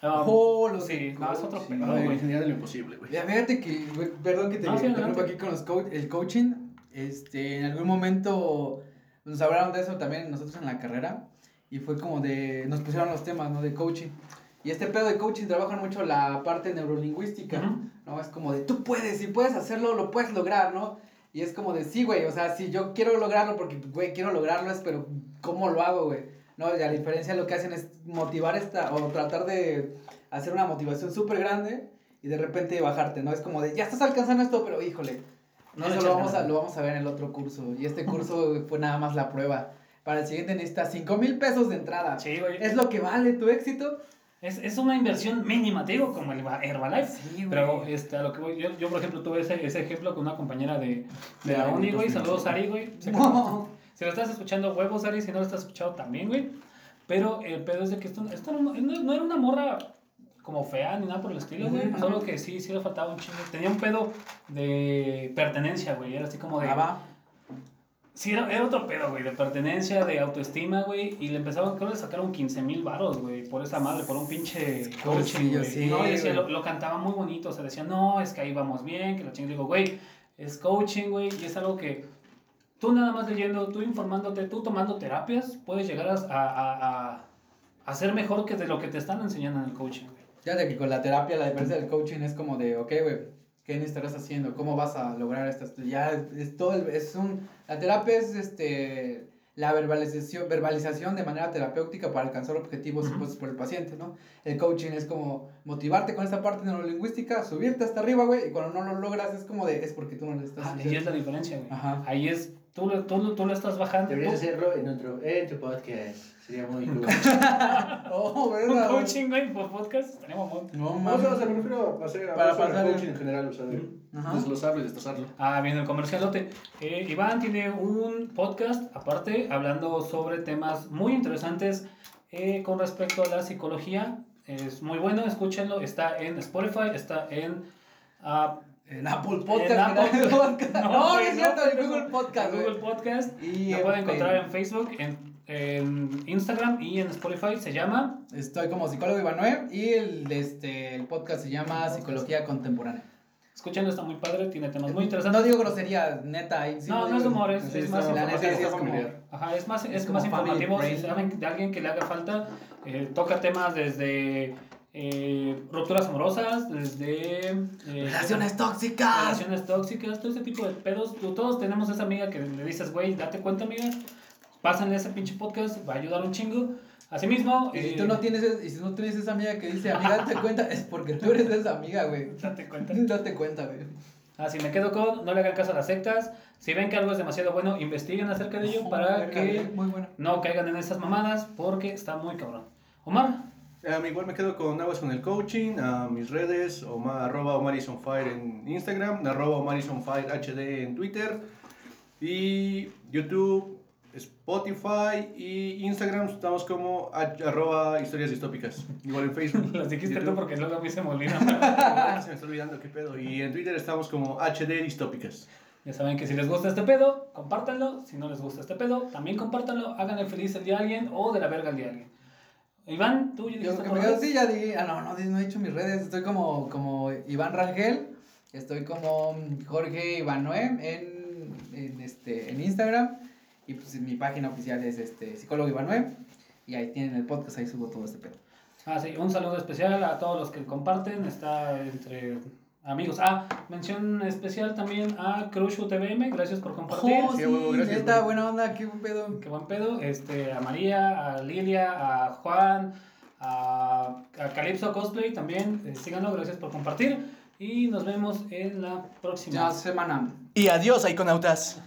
[SPEAKER 3] Ah,
[SPEAKER 1] Oh, los
[SPEAKER 3] sí,
[SPEAKER 1] de
[SPEAKER 3] no, es otro
[SPEAKER 1] coaching,
[SPEAKER 3] pedo,
[SPEAKER 2] No,
[SPEAKER 3] güey.
[SPEAKER 2] ingeniería de lo imposible, güey.
[SPEAKER 1] Ya, fíjate que, güey, perdón que te
[SPEAKER 3] No, sí,
[SPEAKER 1] interrumpa
[SPEAKER 3] adelante.
[SPEAKER 1] aquí con los coach, el coaching. Este, en algún momento nos hablaron de eso también nosotros en la carrera. Y fue como de, nos pusieron los temas, ¿no? De coaching. Y este pedo de coaching trabajan mucho la parte neurolingüística,
[SPEAKER 3] Ujú.
[SPEAKER 1] ¿no? Es como de, tú puedes, si puedes hacerlo, lo puedes lograr, ¿no? Y es como de, sí, güey, o sea, si yo quiero lograrlo, porque, güey, quiero lograrlo, es, pero, ¿cómo lo hago, güey? No, y a diferencia lo que hacen es motivar esta, o tratar de hacer una motivación súper grande y de repente bajarte, ¿no? Es como de, ya estás alcanzando esto, pero híjole.
[SPEAKER 3] No
[SPEAKER 1] eso
[SPEAKER 3] le echas
[SPEAKER 1] lo vamos, a,
[SPEAKER 3] ganas.
[SPEAKER 1] lo vamos a ver en el otro curso. Y este curso fue nada más la prueba. Para el siguiente necesitas 5 mil pesos de entrada.
[SPEAKER 3] Sí, güey.
[SPEAKER 1] Es lo que vale tu éxito.
[SPEAKER 3] Es, es una inversión mínima, te digo, como el Herbalife.
[SPEAKER 1] Sí,
[SPEAKER 3] Pero este, a lo que voy, yo, yo, por ejemplo tuve ese, ese ejemplo con una compañera de, de la
[SPEAKER 2] Ari,
[SPEAKER 3] uni, güey.
[SPEAKER 2] entonces,
[SPEAKER 3] Saludos
[SPEAKER 2] no.
[SPEAKER 3] Ari, güey. Se-
[SPEAKER 1] No.
[SPEAKER 3] Si lo estás escuchando, huevos, Ari, si no lo estás escuchando también, güey. Pero el pedo es de que esto, esto no, no- no era una morra como fea ni nada por el estilo, güey.
[SPEAKER 1] Ujú.
[SPEAKER 3] Solo que sí, sí le faltaba un chingo. Tenía un pedo de pertenencia, güey. Era así como de.
[SPEAKER 1] Ah, va.
[SPEAKER 3] Sí, era, era otro pedo, güey, de pertenencia, de autoestima, güey. Y le empezaban, creo que le sacaron 15 mil baros, güey, por esa madre, por un pinche coaching,
[SPEAKER 1] Cursillo,
[SPEAKER 3] güey.
[SPEAKER 1] sí,
[SPEAKER 3] no, y decía,
[SPEAKER 1] güey.
[SPEAKER 3] lo, lo cantaba muy bonito, o sea, decía, no, es que ahí vamos bien, que la chingada. Digo, güey, es coaching, güey, y es algo que tú nada más leyendo, tú informándote, tú tomando terapias, puedes llegar a, a, a, a ser mejor que de lo que te están enseñando en el coaching, güey.
[SPEAKER 1] Ya de que con la terapia, la diferencia del coaching es como de, ok, güey, ¿qué estarás haciendo? ¿Cómo vas a lograr estas? Ya es todo, el- es un, la terapia es este, la verbalización, verbalización de manera terapéutica para alcanzar objetivos
[SPEAKER 3] Ujú.
[SPEAKER 1] impuestos por el paciente, ¿no? El coaching es como motivarte con esta parte neurolingüística, subirte hasta arriba, güey, y cuando no lo logras es como de, es porque tú no le estás
[SPEAKER 3] Ah, ahí es
[SPEAKER 1] haciendo.
[SPEAKER 3] la diferencia, güey.
[SPEAKER 1] Ajá.
[SPEAKER 3] Ahí es, tú, lo- tú, lo- tú lo estás bajando.
[SPEAKER 5] Deberías
[SPEAKER 3] tú-
[SPEAKER 5] hacerlo en otro, en tu podcast. Sería muy cool.
[SPEAKER 1] Oh,
[SPEAKER 3] un
[SPEAKER 1] ¿verdad?
[SPEAKER 3] coaching, güey, por podcast, estaríamos muy...
[SPEAKER 1] No,
[SPEAKER 2] No, o
[SPEAKER 1] mames.
[SPEAKER 2] sea, se me refiero a hacer
[SPEAKER 1] Para
[SPEAKER 2] hablar sobre
[SPEAKER 1] pasar el-
[SPEAKER 2] coaching en general, o sea, de
[SPEAKER 1] Ajá.
[SPEAKER 3] Pues
[SPEAKER 2] desglosarlo y destazarlo.
[SPEAKER 3] Ah, viene el comercialote. Eh, Iván tiene un podcast aparte hablando sobre temas muy interesantes eh, con respecto a la psicología. Es muy bueno, escúchenlo. Está en Spotify, está en ah,
[SPEAKER 1] En Apple Podcast.
[SPEAKER 3] En Apple-
[SPEAKER 1] en Apple Podcast. No,
[SPEAKER 3] No,
[SPEAKER 1] no
[SPEAKER 3] güey,
[SPEAKER 1] es
[SPEAKER 3] no,
[SPEAKER 1] cierto, en
[SPEAKER 3] pendejo.
[SPEAKER 1] Google Podcast,
[SPEAKER 3] en Google
[SPEAKER 1] güey.
[SPEAKER 3] Podcast.
[SPEAKER 1] Y
[SPEAKER 3] Lo
[SPEAKER 1] en
[SPEAKER 3] pueden encontrar
[SPEAKER 1] Facebook.
[SPEAKER 3] en Facebook, en, en Instagram y en Spotify. Se llama
[SPEAKER 1] Estoy como psicólogo Ivanue y el, este, el podcast se llama Psicología Contemporánea.
[SPEAKER 3] Escúchenlo, está muy padre, tiene temas muy
[SPEAKER 1] No
[SPEAKER 3] interesantes.
[SPEAKER 1] digo groserías, neta. ahí sí
[SPEAKER 3] No,
[SPEAKER 1] lo
[SPEAKER 3] no es
[SPEAKER 1] digo.
[SPEAKER 3] humor, es,
[SPEAKER 2] Sí,
[SPEAKER 3] es
[SPEAKER 2] está-
[SPEAKER 3] más Este,
[SPEAKER 2] está
[SPEAKER 1] La neta sí es como...
[SPEAKER 2] familiar.
[SPEAKER 3] Ajá, es más, es
[SPEAKER 1] Es como
[SPEAKER 3] más
[SPEAKER 1] family
[SPEAKER 3] informativo. Si
[SPEAKER 1] friendly.
[SPEAKER 3] saben de alguien que le haga falta, eh, toca temas desde eh, rupturas amorosas, desde eh,
[SPEAKER 1] Relaciones tóxicas.
[SPEAKER 3] relaciones tóxicas, todo ese tipo de pedos. Tú- todos tenemos esa amiga que le dices, güey, date cuenta, amiga, pásenle ese pinche podcast, va a ayudar un chingo. Asimismo,
[SPEAKER 1] Y si
[SPEAKER 3] eh,
[SPEAKER 1] tú no tienes, es- y si no tienes esa amiga que dice, amiga, date cuenta, es porque tú eres esa amiga, güey.
[SPEAKER 3] date cuenta.
[SPEAKER 1] Date cuenta, güey.
[SPEAKER 3] Así me quedo con, no le hagan caso a las sectas. Si ven que algo es demasiado bueno, investiguen acerca de ello para que
[SPEAKER 1] Muy bueno.
[SPEAKER 3] no caigan en esas mamadas porque está muy cabrón. Omar,
[SPEAKER 2] Am, igual me quedo con Aguas con el Coaching, a mis redes, Oma- arroba Omar is on Fire en Instagram, arroba Omar is on Fire HD en Twitter, y YouTube, Spotify y Instagram estamos como a- arroba historias distópicas, igual en Facebook.
[SPEAKER 3] las dijiste
[SPEAKER 2] YouTube.
[SPEAKER 3] tú porque luego a mí se me olvida.
[SPEAKER 2] Ah, Se me está olvidando, qué pedo. Y en Twitter estamos como HD distópicas.
[SPEAKER 3] Ya saben que si les gusta este pedo, compártanlo. Si no les gusta este pedo, también compártanlo. Háganle feliz el día a alguien o de la verga el día a alguien. Iván, tú ya
[SPEAKER 1] Yo
[SPEAKER 3] dijiste
[SPEAKER 1] creo que
[SPEAKER 3] tus
[SPEAKER 1] me quedo-
[SPEAKER 3] redes.
[SPEAKER 1] sí, ya di- ah, no, no, di- no he hecho mis redes, estoy como, como Iván Rangel, estoy como mm, Jorge Ivanoe en, en, este, en Instagram y pues mi página oficial es este, psicólogo Ivanoe y ahí tienen el podcast, ahí subo todo este pedo.
[SPEAKER 3] Ah, sí, un saludo especial a todos los que comparten, está entre amigos. Ah, mención especial también a Crushu TVM, gracias por compartir.
[SPEAKER 1] Oh,
[SPEAKER 2] sí,
[SPEAKER 1] sí,
[SPEAKER 2] huevo, gracias,
[SPEAKER 1] neta,
[SPEAKER 2] güey.
[SPEAKER 1] buena onda, qué buen pedo.
[SPEAKER 3] Qué buen pedo. Este, a María, a Lilia, a Juan, a, a Calypso Cosplay también. eh, síganlo, gracias por compartir. Y nos vemos en la próxima.
[SPEAKER 1] Ya semana.
[SPEAKER 2] Y adiós, iconautas.